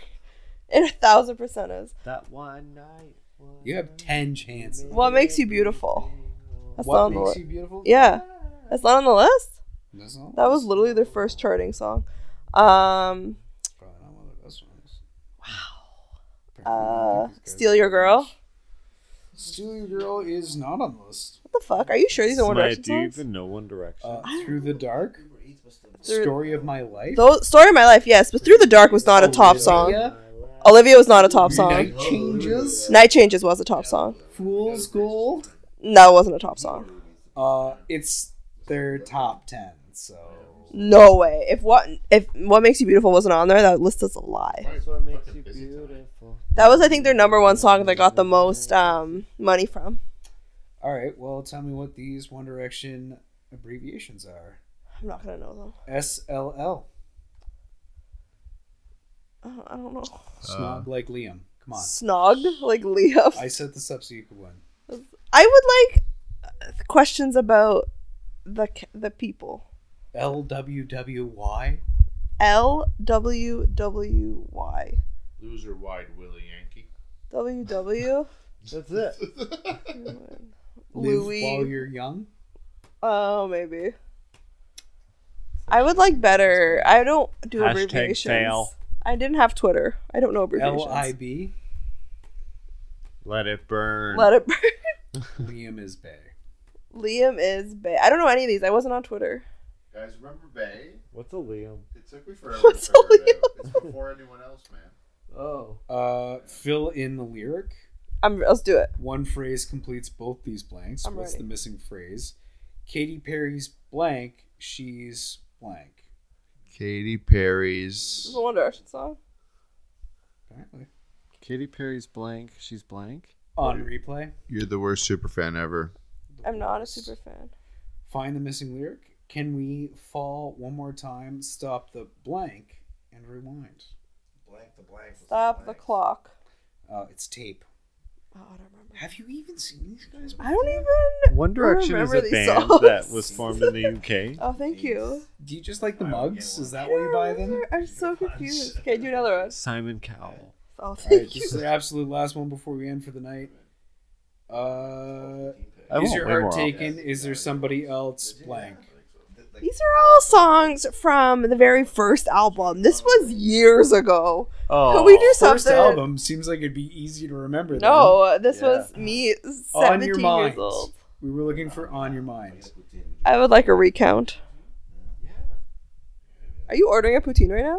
[SPEAKER 4] It a thousand percent is.
[SPEAKER 5] That one night.
[SPEAKER 3] You have ten chances.
[SPEAKER 4] What makes you beautiful? That's
[SPEAKER 3] What
[SPEAKER 4] not on the
[SPEAKER 3] makes
[SPEAKER 4] list.
[SPEAKER 3] you beautiful?
[SPEAKER 4] Yeah, that's not on the list.
[SPEAKER 3] That's not-
[SPEAKER 4] That was literally their first charting song. Um, wow. Uh, steal your girl.
[SPEAKER 3] Steal Your Girl is not on the list.
[SPEAKER 4] What the fuck? Are you sure these are One
[SPEAKER 5] Smite,
[SPEAKER 4] Direction
[SPEAKER 5] do you
[SPEAKER 4] songs?
[SPEAKER 5] even know One Direction?
[SPEAKER 3] Uh, Through the Dark,
[SPEAKER 4] Through-
[SPEAKER 3] Story of My Life.
[SPEAKER 4] Though, story of my life, yes, but through the dark was
[SPEAKER 3] Oh,
[SPEAKER 4] not a top song. Olivia was not a top song.
[SPEAKER 3] Night Changes?
[SPEAKER 4] Night changes was a top song.
[SPEAKER 3] Fool's Gold.
[SPEAKER 4] No, it wasn't a top song.
[SPEAKER 3] Uh, it's their top ten. So
[SPEAKER 4] No way. If what if what makes you beautiful wasn't on there, that list is a lie.
[SPEAKER 5] That's what makes you beautiful.
[SPEAKER 4] That was, I think, their number one song that got the most um, money from.
[SPEAKER 3] all right, well, tell me what these One Direction abbreviations are.
[SPEAKER 4] I'm not gonna know them.
[SPEAKER 3] SLL.
[SPEAKER 4] I don't, I don't know.
[SPEAKER 3] Snog like Liam. Come on.
[SPEAKER 4] Snog like Leo.
[SPEAKER 3] I set this up so you could win.
[SPEAKER 4] I would like uh, questions about the c- the people.
[SPEAKER 3] LWWY.
[SPEAKER 4] L W W Y
[SPEAKER 7] Loser wide Willie Yankee.
[SPEAKER 4] W W.
[SPEAKER 5] That's it.
[SPEAKER 3] Live while
[SPEAKER 4] Louis.
[SPEAKER 3] you're young.
[SPEAKER 4] Oh, maybe. I would like better. I don't do
[SPEAKER 5] Hashtag
[SPEAKER 4] abbreviations.
[SPEAKER 5] fail.
[SPEAKER 4] I didn't have Twitter. I don't know abbreviations.
[SPEAKER 3] LIB.
[SPEAKER 5] Let it burn.
[SPEAKER 4] Let it burn.
[SPEAKER 3] Liam is Bay.
[SPEAKER 4] Liam is Bay. I don't know any of these. I wasn't on Twitter.
[SPEAKER 7] Guys, remember Bay?
[SPEAKER 5] What's a Liam?
[SPEAKER 7] It took me forever
[SPEAKER 4] What's
[SPEAKER 7] to figure it out.
[SPEAKER 4] Liam?
[SPEAKER 7] It's before anyone else, man.
[SPEAKER 5] Oh.
[SPEAKER 3] Uh, fill in the lyric.
[SPEAKER 4] I'm, let's do it.
[SPEAKER 3] One phrase completes both these blanks.
[SPEAKER 4] I'm
[SPEAKER 3] What's
[SPEAKER 4] ready.
[SPEAKER 3] the missing phrase? Katy Perry's blank. She's blank.
[SPEAKER 17] Katy
[SPEAKER 4] This
[SPEAKER 17] Perry's.
[SPEAKER 4] is a One Direction song.
[SPEAKER 3] Apparently.
[SPEAKER 5] Katy Perry's blank. She's blank.
[SPEAKER 3] On replay.
[SPEAKER 17] You're the worst superfan ever.
[SPEAKER 4] I'm not a super fan.
[SPEAKER 3] Find the missing lyric. Can we fall one more time? Stop the blank and rewind.
[SPEAKER 18] Blank the blank. was
[SPEAKER 4] Stop the
[SPEAKER 18] blank.
[SPEAKER 4] clock.
[SPEAKER 3] Uh, it's tape.
[SPEAKER 4] Oh, I don't remember.
[SPEAKER 3] Have you even seen these guys?
[SPEAKER 4] I don't even.
[SPEAKER 5] One Direction is
[SPEAKER 4] remember
[SPEAKER 5] a
[SPEAKER 4] these
[SPEAKER 5] band
[SPEAKER 4] songs.
[SPEAKER 5] that was formed in the UK.
[SPEAKER 4] Oh, thank you.
[SPEAKER 3] Do you just like the mugs? Is that why you buy them?
[SPEAKER 4] I'm so confused. Okay, do another one.
[SPEAKER 5] Simon Cowell.
[SPEAKER 4] Oh,
[SPEAKER 3] All
[SPEAKER 4] thank
[SPEAKER 3] right,
[SPEAKER 4] you.
[SPEAKER 3] this is the absolute last one before we end for the night. Uh,
[SPEAKER 5] I
[SPEAKER 3] is
[SPEAKER 5] want
[SPEAKER 3] your
[SPEAKER 5] way more
[SPEAKER 3] art taken? Is there somebody else blank?
[SPEAKER 4] These are all songs from the very first album. This was years ago.
[SPEAKER 5] Oh.
[SPEAKER 4] Could we do something?
[SPEAKER 3] First album seems like it'd be easy to remember. then.
[SPEAKER 4] No, this was me
[SPEAKER 3] on your
[SPEAKER 4] 17 years
[SPEAKER 3] mind.
[SPEAKER 4] old.
[SPEAKER 3] We were looking for on your mind.
[SPEAKER 4] I would like a recount. Are you ordering a poutine right now?